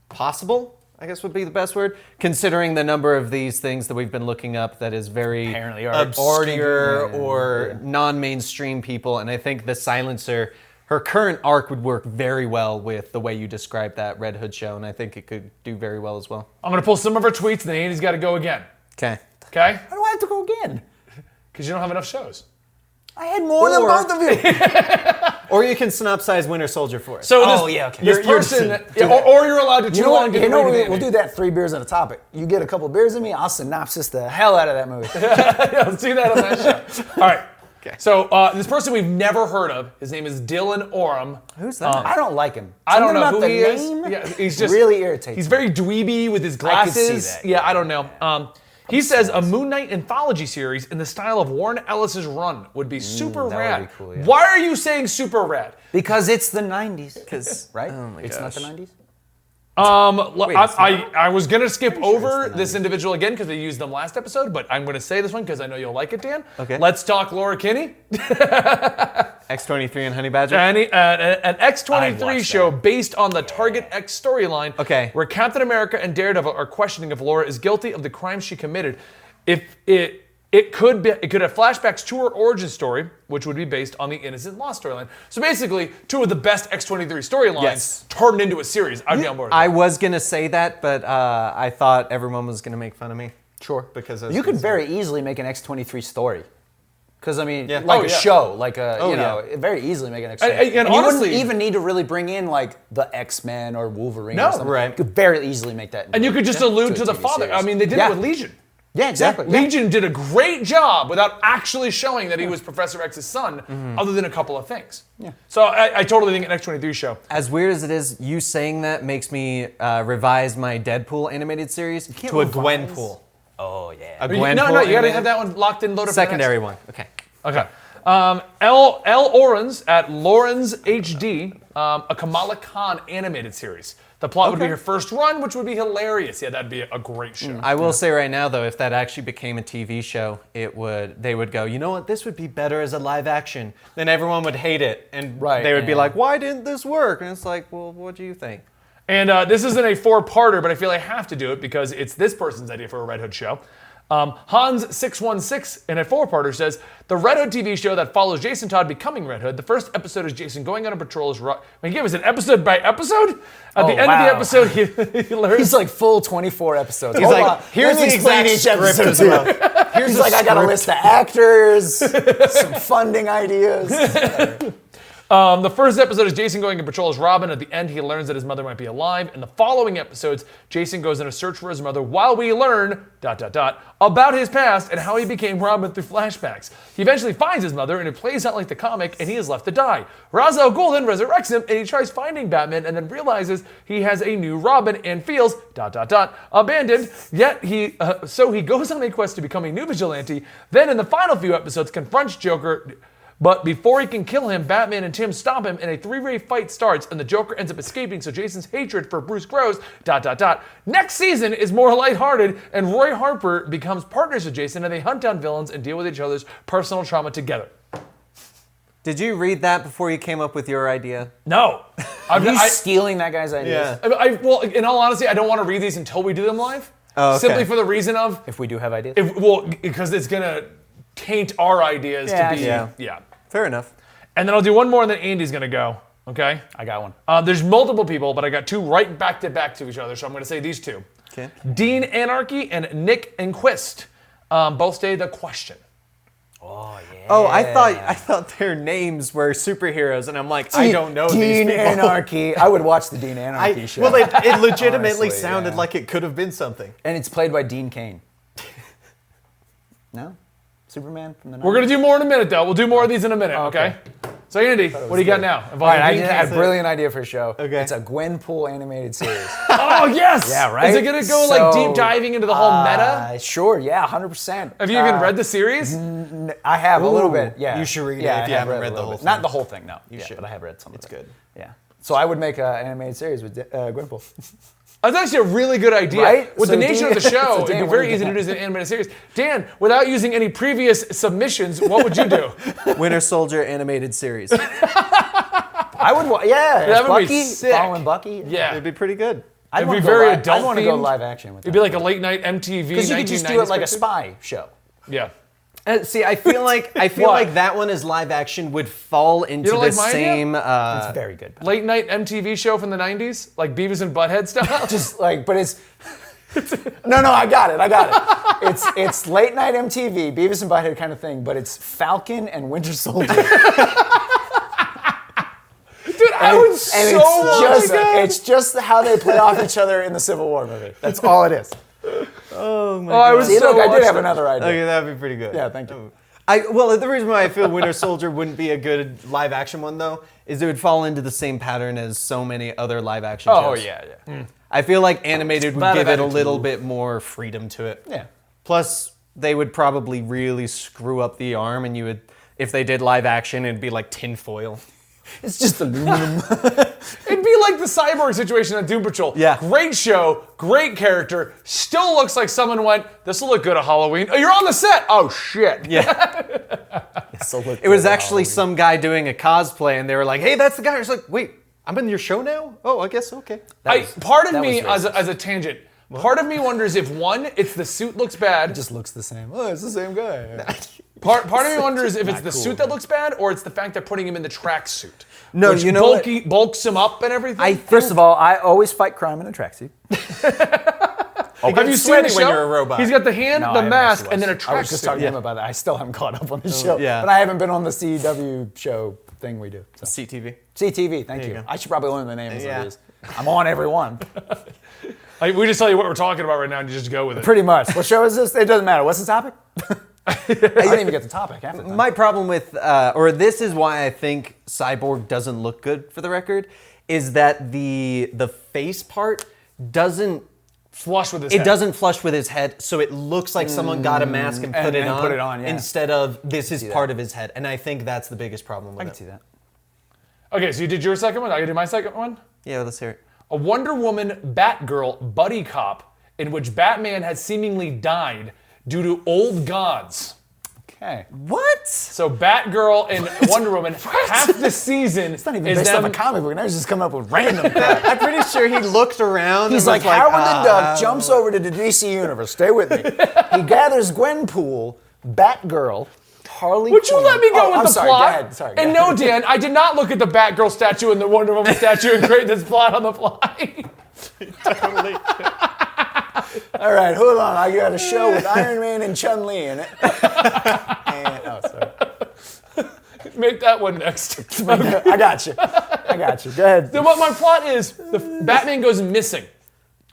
possible. I guess would be the best word, considering the number of these things that we've been looking up that is very
Apparently are- already-
obscure or non-mainstream people, and I think the silencer. Her current arc would work very well with the way you described that Red Hood show, and I think it could do very well as well.
I'm gonna pull some of our tweets, and then Andy's got to go again.
Okay.
Okay?
Why do I have to go again?
Because you don't have enough shows.
I had more than
Or-
both of you.
Or you can synopsize Winter Soldier for us.
So
Oh,
this,
yeah, okay.
This
You're-
you're-
person, yeah, or, or you're allowed to too
You know
long.
what?
get
You know
away
what
with
we-
it.
we'll do that three beers on a topic. You get a couple beers in me, I'll synopsis the hell out of that movie.
Let's do that on that show. All right. Okay. So uh, this person we've never heard of. His name is Dylan Oram.
Who's that?
I don't like him.
I don't
Something
know
about
who
the
he
name
is. Yeah, he's just
really irritating.
He's very dweeby with his
I could
glasses.
see that,
Yeah, I don't know. Um, he says a Moon Knight anthology series in the style of Warren Ellis's run would be super
Mm, that would
rad.
be cool, yeah.
Why are you saying super rad?
because it's the '90s, right?
Oh my
it's
gosh.
not the '90s.
Um, l-
Wait,
I,
it's not-
I, I was gonna skip over
it's the
this individual again because we used them last episode, but I'm gonna say this one because I know you'll like it, Dan.
Okay.
Let's talk Laura Kinney.
X23 and Honey Badger.
An, an, an
I'd watch
X23
that.
show based on the Target X storyline.
Okay.
Where Captain America and Daredevil are questioning if Laura is guilty of the crime she committed. If it it could be it could have flashbacks to her origin story, which would be based on the Innocent Lost storyline. So basically, two of the best X23 storylines
Yes.
turned into a series. I'd be on board. with
I was going to say that, but uh, I thought everyone was going to make fun of me.
Sure.
Because I was
you could
gonna say-
very easily make an X23 story. Because I mean,
Yeah.
like
Oh,
a
yeah.
show, like a
Oh,
you know,
yeah.
very easily make an X.
And- and- and
you
honestly-
wouldn't even need to really bring in like the X Men or Wolverine.
No,
or something.
right.
You could very easily make that.
And you could just allude
a
to the
TV
father.
series.
I mean, they did
Yeah.
it with Legion.
Yeah, exactly. Yeah.
Legion did a great job without actually showing that he was Professor X's son, other than a couple of things. Yeah. So I, I totally think an X23 show.
As weird as it is, you saying that makes me uh, revise my Deadpool animated series to a
revise.
Gwenpool.
Oh yeah.
A
You-
Gwenpool
no, no, you gotta
animated-
have that one locked in, loaded. for the next-
secondary one. Okay.
Okay. Um, L. L. Orens at Lawrence HD, um, a Kamala Khan animated series. The plot would be
Okay.
her first run, which would be hilarious. Yeah, that'd be a great show.
I will say right now, though, if that actually became a TV show, it would they would go, you know what, this would be better as a live action. Then everyone would hate it, and
Right.
they would be
Yeah.
like, why didn't this work? And it's like, well, what do you think?
And uh, this isn't a four-parter, but I feel I have to do it because it's this person's idea for a Red Hood show. Um, Hans six one six in a four-parter says the Red Hood TV show that follows Jason Todd becoming Red Hood. The first episode is Jason going on a patrol as. Ro- I mean, give us an episode by episode. At the
Oh,
end
wow.
of the episode, he, he learns
He's like full 24 episodes.
He's
Hold
like,
on.
here's
Let me
the
explain
exact
each
script
episode.
as well. Here's
He's
the
like, I got a
script.
list of actors.
Some funding ideas.
Um, the first episode is Jason going and patrols Robin. At the end, he learns that his mother might be alive. In the following episodes, Jason goes on a search for his mother while we learn dot dot dot about his past and how he became Robin through flashbacks. He eventually finds his mother, and it plays out like the comic, and he is left to die. Ra's al Ghul then resurrects him, and he tries finding Batman, and then realizes he has a new Robin and feels dot dot dot abandoned. Yet he uh, so he goes on a quest to become a new vigilante. Then in the final few episodes, confronts Joker. But before he can kill him, Batman and Tim stop him, and a three-way fight starts, and the Joker ends up escaping, so Jason's hatred for Bruce grows, dot, dot, dot. Next season is more lighthearted, and Roy Harper becomes partners with Jason, and they hunt down villains and deal with each other's personal trauma together.
Did you read that before you came up with your idea?
No. I've,
He's
I,
stealing that guy's ideas.
I, I, well, in all honesty, I don't want to read these until we do them live,
Oh, okay.
simply for the reason of,
If we do have ideas.
if, well, because it's going to taint our ideas
Yeah,
to be,
yeah.
yeah.
Fair enough.
And then I'll do one more, and then Andy's gonna go. Okay.
I got one.
Uh, there's multiple people, but I got two right back to back to each other, so I'm gonna say these two.
Okay.
Dean Anarchy and Nick Enquist um, both say the question.
Oh, yeah.
Oh, I thought I thought their names were superheroes, and I'm like, I don't know
Dean
these people.
Anarchy. I would watch the Dean
I-
Anarchy show.
well, it, it legitimately
Honestly,
sounded
yeah.
like it could have been something.
and it's played by Dean Kane. no? Superman from the
We're gonna do more in a minute, though. We'll do more of these in a
Oh,
minute. Okay. So Andy, what do you got now?
All right, I
Involving Dean
just had a
Cassidy.
brilliant idea for a show.
Okay.
It's a Gwenpool animated series.
oh yes.
Yeah, right?
Is it gonna go like
So,
deep diving into the whole meta?
Uh, sure, yeah, 100%.
Have you even read the series?
mm-hmm. I have a little
Ooh,
bit. Yeah,
you should read it
yeah,
if
I
you
have
haven't
a
read the
little
whole
bit.
thing.
Not the whole thing, no. You
should.
but I have read some. It's of it.
good.
Yeah. So I would make an animated series with uh, Gwenpool.
That's actually a really good idea.
Right?
With
So
the nature of the
Dan-
show,
so
it'd
Dan,
be
what do
very
you
easy to
got?
do as an animated series. Dan, without using any previous submissions, what would you do?
Winter Soldier animated series.
I would. Wa- yeah,
That would be
Bucky
sick.
following Bucky.
yeah.
It'd be pretty good.
I'd
It'd
wanna
be
go
very
live-
adult
I'd want to go
themed.
live action with
It'd be like a late night MTV.
because you could just do it like a spy show.
Yeah.
Uh, see, I feel like I feel
What?
like that one is live action would fall into the
don't like my idea?
same. Uh,
It's very good.
Late night MTV show from the 90s, like Beavis and Butthead style.
Just like, but it's. no, no, I got it. I got it. It's it's late night MTV, Beavis and Butthead kind of thing, but it's Falcon and Winter Soldier.
Dude, I would so
and
want
it's just
that.
it's just how they play off each other in the Civil War movie. That's all it is.
Oh, I was
See,
so
look, I
watch
did have
that.
another idea.
Okay, that'd be pretty good.
Yeah, thank you.
I well, the reason why I feel Winter Soldier wouldn't be a good live action one though is it would fall into the same pattern as so many other live action.
Oh
shows. Hmm.
yeah, yeah,
I feel like animated would
Live
give it a
action.
little bit more freedom to it.
yeah.
Plus, they would probably really screw up the arm, and you would if they did live action, it'd be like tinfoil.
It's just aluminum.
It'd be like the cyborg situation on Doom Patrol.
Yeah.
Great show, great character. Still looks like someone went, this will look good at Halloween. Oh, you're on the set. Oh, shit.
Yeah,
it
it was actually some guy doing a cosplay, and they were like, "Hey, that's the guy." I was like, "Wait, I'm in your show now? Oh, I guess okay."
I, part of
that
me, as
was
a, as a tangent, part of me wonders if one, it's the suit looks bad.
just looks the same. Oh, it's the same guy.
Part, part of me wonders if it's the suit that looks bad or it's the fact they're putting him in the tracksuit.
No,
which
you know what?
bulky, bulks him up and everything.
I
First of all, I always fight crime in a tracksuit. Oh,
Have you seen
sweaty
the show?
when you're a robot.
He's got the hand,
No, I
the
haven't
mask,
actually
and then a
watched it. I was just
tracksuit.
talking to him about that. I still haven't caught up on the show.
yeah.
But I haven't been on the CW show thing we do. So.
CTV.
CTV, thank
you
you.
go.
I should probably learn the names
Yeah.
of these. I'm on every one.
Like, we just tell you what we're talking about right now, and you just go with it.
Pretty much. What show is this? It doesn't matter. What's the topic? I didn't even get the topic. half the time.
My problem with, uh, or this is why I think Cyborg doesn't look good for the record, is that the the face part doesn't.
Flush with this.
It doesn't flush with his head, so it looks like someone got a mask and put
Mm, And-
it
and
on.
put it on, yeah.
Instead of this is
that.
part of his head, and I think that's the biggest problem with
I can
it.
see that.
Okay, so you did your second one. I can do my second one.
Yeah, let's hear it.
A Wonder Woman Batgirl buddy cop in which Batman has seemingly died due to old gods.
Okay.
What?
So Batgirl and Wonder Woman half the season
It's not even
is
based
them
off a comic book. Now he's just coming up with random crap.
I'm pretty sure he looked around.
He's like, Howard
"Ah."
the Duck jumps over to the DC universe. Stay with me. he gathers Gwenpool, Batgirl, Harley.
Would you
Quinn-
let me go
Oh,
with
I'm
the
sorry,
plot?
Go ahead. Sorry. go
and
ahead.
no, Dan, I did not look at the Batgirl statue and the Wonder Woman statue and create this plot on the fly.
totally.
All right, hold on. I got a show with Iron Man and Chun Li in it. and, oh, sorry.
Make that one next. Okay.
I got you. I got you. Go ahead.
Then what my plot is: the Batman goes missing.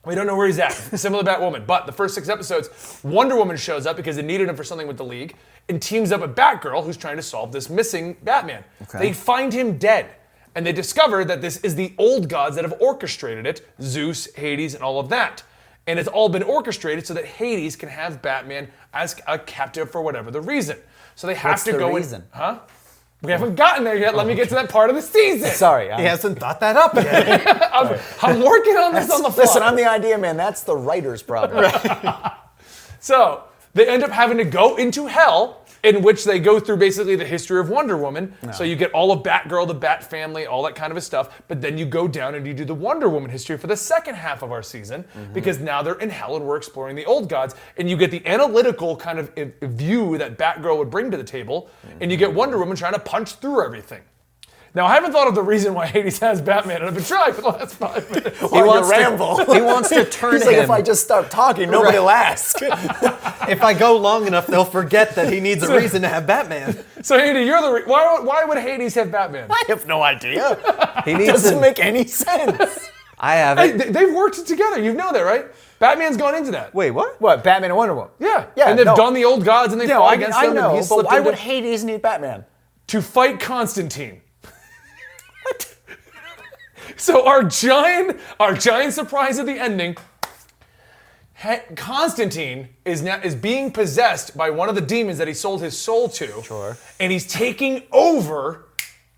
We don't know where he's at. Similar to Batwoman, but the first six episodes, Wonder Woman shows up because they needed him for something with the League, and teams up with Batgirl, who's trying to solve this missing Batman. They find him dead, and they discover that this is the old gods that have orchestrated it—Zeus, Hades, and all of that. And it's all been orchestrated so that Hades can have Batman as a captive for whatever the reason. So they have
What's
to
the
go in-
reason? Oh,
huh? We haven't gotten there yet. Let me get to that part of the season.
Sorry. I'm-
He hasn't thought that up yet.
I'm, I'm working on this on the fly.
Listen, I'm the idea man. That's the writer's problem.
so they end up having to go into hell, in which they go through basically the history of Wonder Woman. So you get all of Batgirl, the Bat family, all that kind of stuff. But then you go down and you do the Wonder Woman history for the second half of our season,
Mm-hmm.
because now they're in hell and we're exploring the old gods. And you get the analytical kind of i- view that Batgirl would bring to the table, and you
Mm-hmm.
get Wonder Woman trying to punch through everything. Now, I haven't thought of the reason why Hades has Batman, and I've been trying for the last five minutes.
While you
wants to-
ramble.
he wants to turn
He's like,
him.
if I just start talking, nobody will ask.
If I go long enough, they'll forget that he needs a reason to have Batman.
So Andy, you're the re- why, why would Hades have Batman?
I have no idea.
He needs.
Doesn't
A,
make any sense.
I have
Hey,
it.
they, they've worked it together. You know that, right? Batman's gone into that.
Wait, what?
What? Batman and Wonder Woman?
Yeah.
Yeah.
And they've
no.
done the old gods and they
No,
fought
I,
against
I
them. and
know,
he
but
slipped
why
into-
would Hades need Batman?
to fight Constantine? what? So our giant, our giant surprise at the ending. Ha- Constantine is now is being possessed by one of the demons that he sold his soul to. Sure. And he's taking over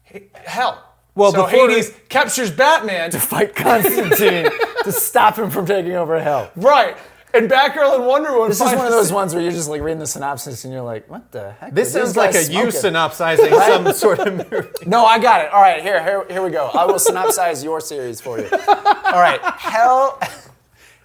he- hell.
Well,
so
before-
Hades captures Batman.
Fight Constantine to stop him from taking over hell.
Right. And Batgirl and Wonder Woman.
This is
find
one of
the
those ones where you're just like reading the synopsis and you're like, what the heck?
This
are these
sounds like a
guys
you
smoking?
synopsizing some sort of movie.
No, I got it. All right, here, here, here we go. I will synopsize your series for you. All right, Hell.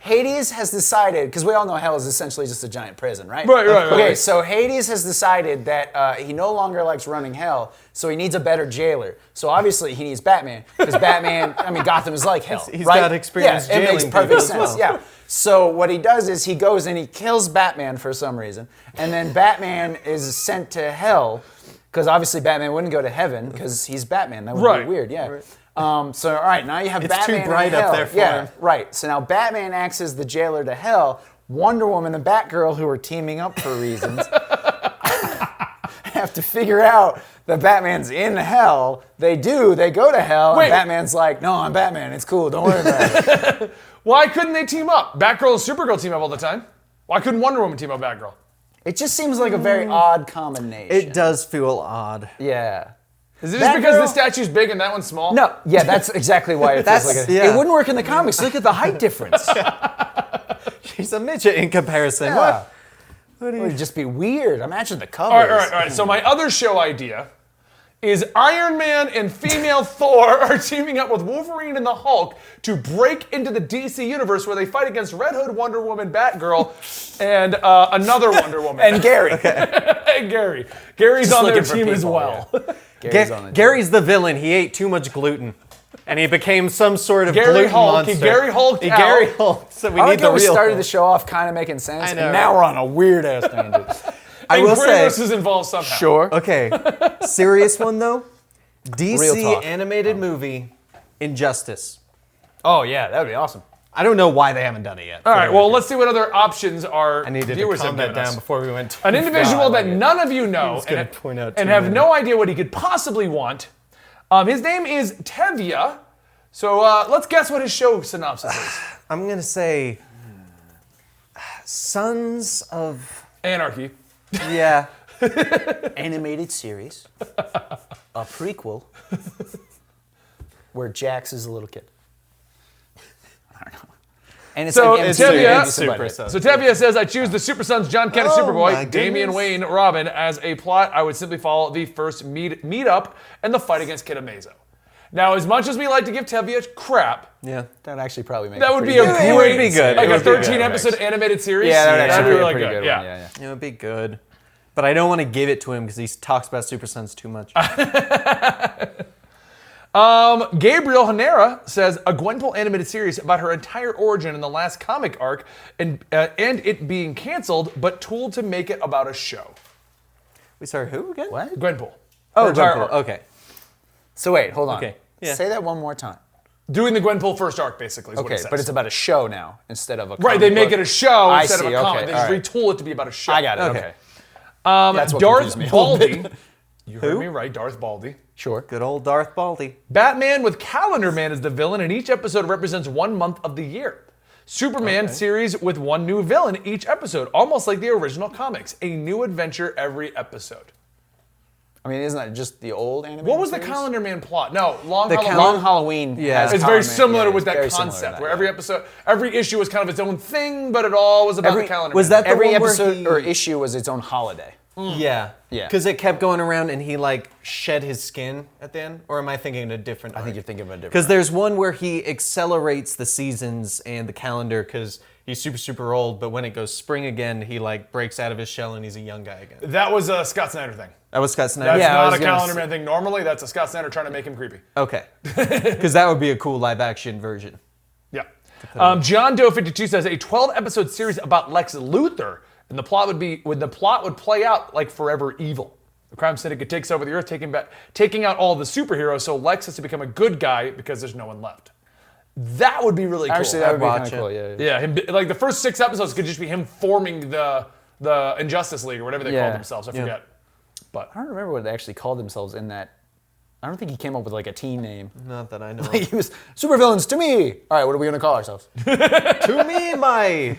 Hades has decided, because we all know Hell is essentially just a giant prison, right?
Right, right, right,
Okay,
right.
so Hades has decided that uh, he no longer likes running Hell, so he needs a better jailer. So obviously he needs Batman, because Batman, I mean, Gotham is like Hell.
He's- he's
right?
got experience
yeah, It makes
jailing people
perfect
as
sense,
well.
yeah. So what he does is he goes and he kills Batman for some reason, and then Batman is sent to hell because obviously Batman wouldn't go to heaven because he's Batman. That would
Right.
be weird, yeah. Um, so all right, now you have
It's too
Batman in
bright up
hell.
there for
yeah,
him.
right. So now Batman acts as the jailer to hell. Wonder Woman and Batgirl, who are teaming up for reasons, have to figure out that Batman's in hell. They do. They go to hell,
Wait.
and Batman's like, "No, I'm Batman. It's cool. Don't worry about it."
Why couldn't they team up? Batgirl and Supergirl team up all the time. Why couldn't Wonder Woman team up with Batgirl?
It just seems like a very
Mm.
odd combination.
It does feel odd.
Yeah.
Is it just
Batgirl-
because the statue's big and that one's small?
No, yeah, that's exactly why it feels
That's-
like a,
yeah.
It wouldn't work in the comics. Look at the height difference.
He's a midget in comparison.
Yeah.
What?
It would just be weird. Imagine the covers.
All right, all right, all right. So my other show idea is Iron Man and female Thor are teaming up with Wolverine and the Hulk to break into the DC universe where they fight against Red Hood, Wonder Woman, Batgirl, and uh, another Wonder Woman.
And Gary.
And Gary. Gary's
Just
on their
looking for
team as
people,
well.
Gary's
Ga-
on it.
Gary's the villain. He ate too much gluten, and he became some sort of
Gary
gluten
Hulk. He
monster.
Gary Hulked
He
out.
Gary Hulk. So we
I
need
like
the
how we
real.
started
Hulk.
the show off kind of making sense,
I know.
and now we're on a weird ass tangent.
I
and
will
Gray
say.
versus involved somehow.
Sure.
Okay, serious one though.
Real
DC
talk.
animated movie, Injustice.
Oh yeah, that would be awesome.
I don't know why they haven't done it yet.
All right, well, let's see what other options are
I needed to
viewers
calm
have
that
given
down
us.
before we went.
An individual that none of you know
was gonna
and,
point out
and
too
have
many.
no idea what he could possibly want. Um, his name is Tevya. So uh, let's guess what his show synopsis is.
I'm gonna say, Sons of
Anarchy.
yeah.
Animated series, a prequel, where Jax is a little kid. I don't know. And it's
So
like
it's
MCU,
Tevye-
it's about
Super
it.
Sons.
So Tevya says, I choose the Super Sons, John Kennedy,
Oh my
Superboy,
goodness.
Damian Wayne, Robin as a plot. I would simply follow the first meet meetup and the fight against Kid Amazo. Now, as much as we like to give Tevya crap,
yeah.
That would actually probably make
that
it
would
pretty
be a
good.
great,
It would be good.
like
It
a
would be good.
13 episode animated series.
yeah, that would actually
That'd
be
be
a
really
pretty
good.
good
yeah.
one. Yeah, yeah.
It would be good, but I don't want to give it to him because he talks about Super Sons too much.
Gabriel Hanera says a Gwenpool animated series about her entire origin in the last comic arc, and uh, and it being canceled, but tooled to make it about a show.
we sorry, who again?
What?
Gwenpool. Her
Oh,
entire
Gwenpool.
arc.
Okay.
So wait, hold on.
Okay, yeah.
Say that one more time.
Doing the Gwenpool first arc basically. Is what
Okay,
it says.
but it's about a show now instead of a.
right.
comic
They make
book.
it a show
I
instead
see,
of a comic.
okay,
they just
all right.
retool it to be about a show.
I got it.
Okay.
Okay. That's
Um,
what
Darth
confused me a little
Baldy.
bit.
You heard me right, Darth Baldy.
Sure.
Good old Darth Baldy.
Batman with Calendar Man as the villain, and each episode represents one month of the year. Superman series with one new villain each episode, almost like the original comics. A new adventure every episode.
I mean, isn't that just the old anime?
What was the Calendar Man plot? No, Long
The
Halloween.
Cal-
Long Halloween.
Yeah.
has
it's very
Calendar Man.
similar
Yeah, it's
with that
very similar to
concept,
that,
where
yeah.
every episode, every issue was kind of its own thing, but it all was about
Every-
the calendar.
was
man.
that the
every
one where
episode
he-
or issue was its own holiday.
Mm. Yeah.
Yeah.
Because it kept going around and he like shed his skin at the end? Or am I thinking a different I
think you're thinking of a different
Because there's one where he accelerates the seasons and the calendar because he's super, super old, but when it goes spring again, he like breaks out of his shell and he's a young guy again.
that was a Scott Snyder thing.
That was Scott Snyder.
That's
Yeah, I
not
was
a
gonna
calendar
s-
man thing. Normally, that's a Scott Snyder trying to make him creepy.
Okay. Because that would be a cool live action version.
Yeah. Um, John Doe 52 says a 12 episode series about Lex Luthor, and the plot would be when the plot would play out like Forever Evil. The crime syndicate takes over the earth, taking back, taking out all the superheroes, so Lex has to become a good guy because there's no one left. That would be really cool.
Actually, that would be
I'd
kind
watch
of
it.
cool. Yeah,
yeah,
yeah.
him, like the first six episodes could just be him forming the the Injustice League or whatever they
Yeah.
called themselves. I forget. But
I don't remember what they actually called themselves in that. I don't think he came up with like a team name.
Not that I know. of.
He was supervillains to me. All right, what are we gonna call ourselves?
to me, my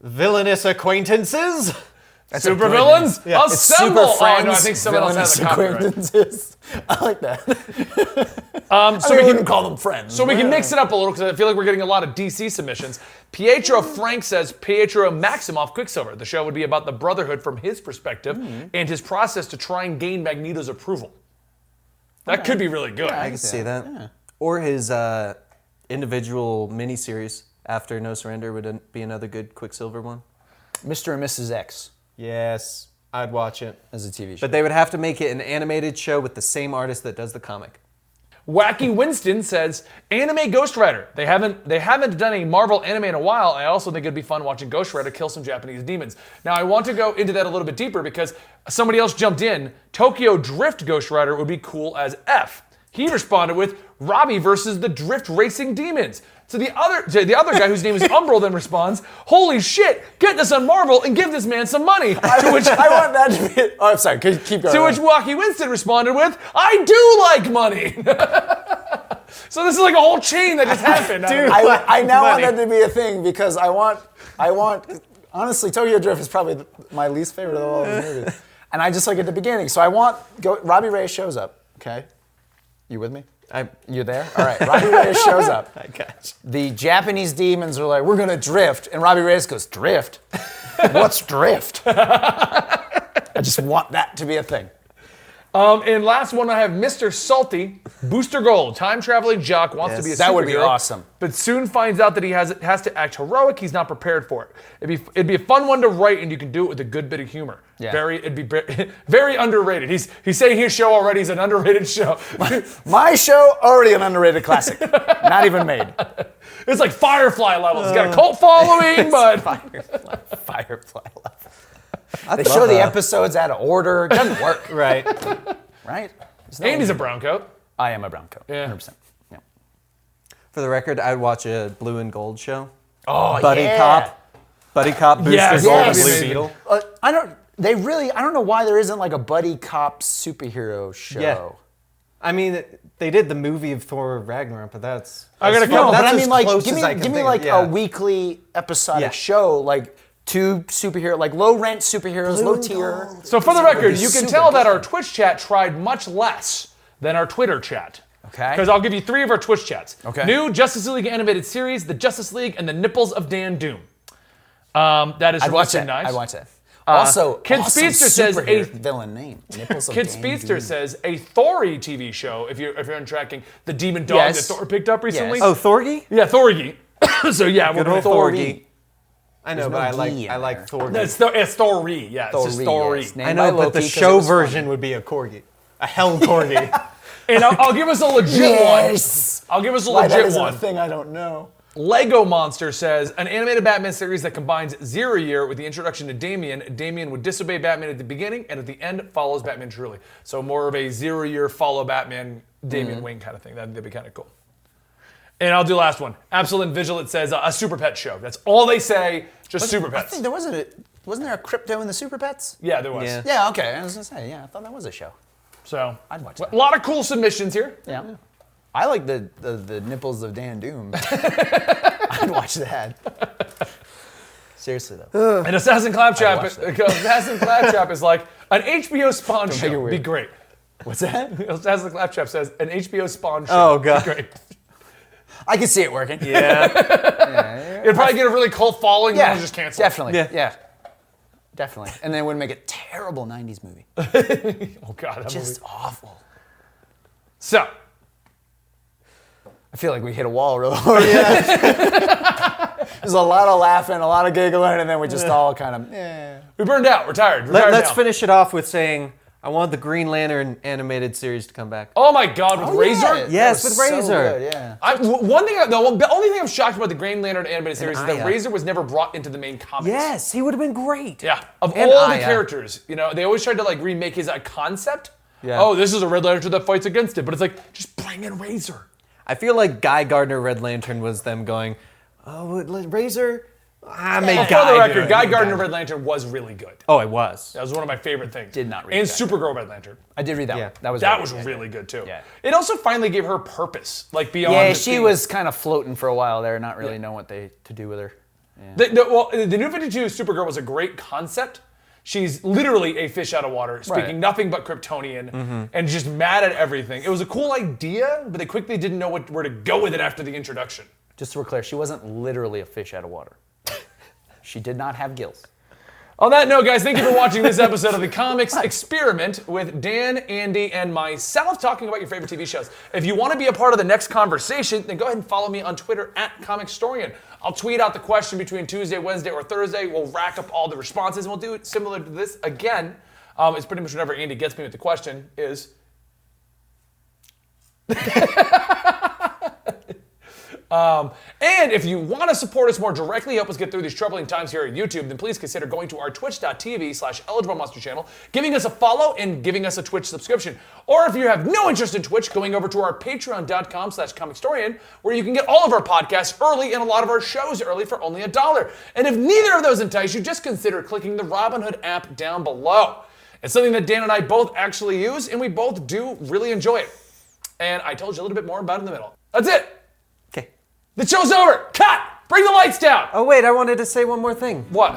villainous acquaintances.
super villains
Yeah. It's
assemble! oh, no, I think someone else has
villainous
a copyright.
acquaintances. I like that.
Um, so
So we
we
can call them friends.
So we can mix it up a little because I feel like we're getting a lot of DC submissions. Pietro Frank says Pietro Maximoff Quicksilver. The show would be about the Brotherhood from his perspective
Hmm.
and his process to try and gain Magneto's approval. That could be really good.
I can see that. Or his uh, individual miniseries after No Surrender would an- be another good Quicksilver one.
Mr. and Mrs. X
Yes, I'd watch it.
as a TV show.
But they would have to make it an animated show with the same artist that does the comic.
Wacky Winston says anime Ghost Rider. They haven't they haven't done a Marvel anime in a while. I also think it'd be fun watching Ghost Rider kill some Japanese demons. Now I want to go into that a little bit deeper because somebody else jumped in. Tokyo Drift Ghost Rider would be cool as f. He responded with Robbie versus the Drift Racing Demons. So the other so the other guy whose name is Umbral then responds, "Holy shit! Get this on Marvel and give this man some money." To which
I want that to be. Oh, I'm sorry. Keep keep going.
to which Wacky Winston responded with, I do like money. so this is like a whole chain that just happened.
I, I now
Money.
want that to be a thing because I want, I want, honestly, Tokyo Drift is probably th- my least favorite of all the movies. And I just like at the beginning. So I want, go, Robbie Ray shows up, okay? You with me?
I,
You there? All right, Robbie Reyes shows up.
I got you.
The Japanese demons are like, we're gonna drift. And Robbie Reyes goes, drift? What's drift? I just want that to be a thing.
Um, and last one, I have Mr. Salty, Booster Gold, time traveling jock, wants to
Yes.
be a
That would be
superhero,
awesome.
But soon finds out that he has, has to act heroic. He's not prepared for it. It'd be, it'd be a fun one to write, and you can do it with a good bit of humor.
Yeah.
Very, it'd be very, very underrated. He's, he's saying his show already is an underrated show.
My show, already an underrated classic. Not even made.
it's like Firefly levels. He's got a cult following, but
Firefly. Firefly.
I'd
They
love
show the
that.
episodes out of order. It doesn't work,
Right.
right? There's no-
Andy's a brown coat.
I am a brown coat.
Yeah.
100%. Yeah.
For the record, I'd watch a Blue and Gold show.
Oh,
Buddy
yeah.
Cop, Buddy Cop, Booster
Yes,
Gold, and
yes.
Blue Beetle.
Uh, I don't. They really. I don't know why there isn't like a buddy cop superhero show.
Yeah. I mean, they did the movie of Thor Ragnarok, but that's
I gotta
that's-
go.
No,
that's
but I
as
mean, like,
close
give me,
as I can
give me
think of,
like
yeah.
a weekly episodic
Yeah.
show, like two superhero, like low rent superheroes, low tier.
So for the record, you can
super
tell that our Twitch chat tried much less than our Twitter chat.
Okay.
Because I'll give you three of our Twitch chats.
Okay.
New Justice League animated series, The Justice League, and The Nipples of Dan Doom. Um, that is
I'd
from
watch
Listen
that.
Knives.
I'd watch that. also,
Uh, Kid
awesome
Speedster says
superhero
a-
villain name. Nipples of
Kid
Dan
Speedster
Doom.
says a Thory TV show. If you're if you're untracking the demon dog
Yes.
that Thor picked up recently.
Yes.
Oh, Thorgy?
yeah, Thorgy. so yeah, we're
Good
gonna
old
Thor.
Thorgy. I know,
There's
but
no
I like
G in
I
there.
like Thorgy.
It's, Thor- it's Thorgy. Yeah, it's just
Thorgy,
Thorgy.
yes.
I
Named by
know, but
Loki
the
'cause it
show
was funny.
version would be a corgi, a hell corgi.
And I'll, I'll give us a legit
Yes.
one. I'll give us a
Why, that
legit
isn't
one.
a thing I don't know.
Lego Monster says an animated Batman series that combines Zero Year with the introduction to Damien. Damien would disobey Batman at the beginning and at the end follows Batman truly. So more of a Zero Year follow Batman, Damien
Mm-hmm.
Wayne kind of thing. That'd, that'd be kind of cool. And I'll do last one. Absolute Vigilant says uh, a Super Pet show. That's all they say. Just Super
I
Pets.
think there wasn't a, wasn't there a crypto in the Super Pets?
yeah, there was.
Yeah.
Yeah. Okay. I was gonna say. Yeah. I thought that was a show.
So
I'd watch that.
a lot of cool submissions here.
Yeah. I like the, the, the nipples of Dan Doom. I'd watch that. Seriously though.
And Assassin Claptrap,
watch that.
Assassin Claptrap is like an HBO Spawn show.
weird.
Be great.
What's that?
Assassin Claptrap says an HBO Spawn show.
Oh,
Be
God.
Great.
I can see it working. Yeah.
It'd probably get a really cult following. Yeah,
Yeah.
and just cancel.
Definitely. Yeah.
Yeah.
Definitely. And then it would make a terrible 90s movie.
Oh god, that
Just
movie.
awful.
So
I feel like we hit a wall real hard. There's a lot of laughing, a lot of giggling, and then we just all kind of, yeah.
we burned out. We're tired. We're
Let,
tired
let's
now.
finish it off with saying I want the Green Lantern animated series to come back.
Oh my god, with Razor.
Yeah,
Yes,
that was
with Razor.
good, yeah.
I, w- one thing, I, the one- the only thing I'm shocked about the Green Lantern animated series is that
Aya.
Razor was never brought into the main comics.
Yes, he would have been great.
Yeah. Of
And
all the
Aya.
characters, you know, they always tried to like remake his uh, concept.
Yeah.
Oh, this is a Red Lantern that fights against it, but it's like just bring in Razor.
I feel like Guy Gardner Red Lantern was them going, oh, l- Razor. Oh, I made
But
Guy.
For the
do it.
record, Guy
Made
Gardner Red Lantern was really good.
Oh, it was.
That was one of my favorite things.
Did not read
And
that.
Supergirl Red Lantern.
I did read that
Yeah.
one. That was
That
good.
was
Yeah.
really good too.
Yeah.
It also finally gave her purpose, like beyond.
Yeah,
the
she
theme.
was kind of floating for a while there, not really knowing what they to do with her.
The, the- well, the New 52 Supergirl was a great concept. She's literally a fish out of water, speaking
Right.
nothing but Kryptonian
Mm-hmm.
and just mad at everything. It was a cool idea, but they quickly didn't know what, where to go with it after the introduction.
Just so we're clear, she wasn't literally a fish out of water. she did not have gills.
On that note, guys, thank you for watching this episode of the Comics Experiment with Dan, Andy, and myself talking about your favorite TV shows. If you want to be a part of the next conversation, then go ahead and follow me on Twitter at Comicstorian. I'll tweet out the question between Tuesday, Wednesday, or Thursday. We'll rack up all the responses and we'll do it similar to this again. Um, it's pretty much whenever Andy gets me with the question is. Um, And if you want to support us more directly, help us get through these troubling times here at YouTube, then please consider going to our twitch.tv slash eligible monster channel, giving us a follow, and giving us a Twitch subscription. Or if you have no interest in Twitch, going over to our patreon.com slash comicstorian, where you can get all of our podcasts early and a lot of our shows early for only a dollar. And if neither of those entice you, just consider clicking the Robinhood app down below. It's something that Dan and I both actually use, and we both do really enjoy it. And I told you a little bit more about it in the middle. That's it.
Okay.
The show's over. Cut. Bring the lights down.
Oh, wait, I wanted to say one more thing.
What?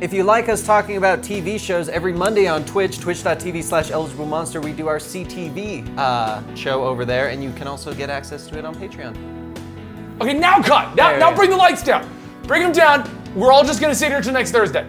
If you like us talking about TV shows every Monday on Twitch, twitch.tv slash eligible monster, we do our CTV uh, show over there, and you can also get access to it on Patreon.
Okay, now cut. Now,
There
now
it
bring the lights down. Bring them down. We're all just gonna sit here till next Thursday.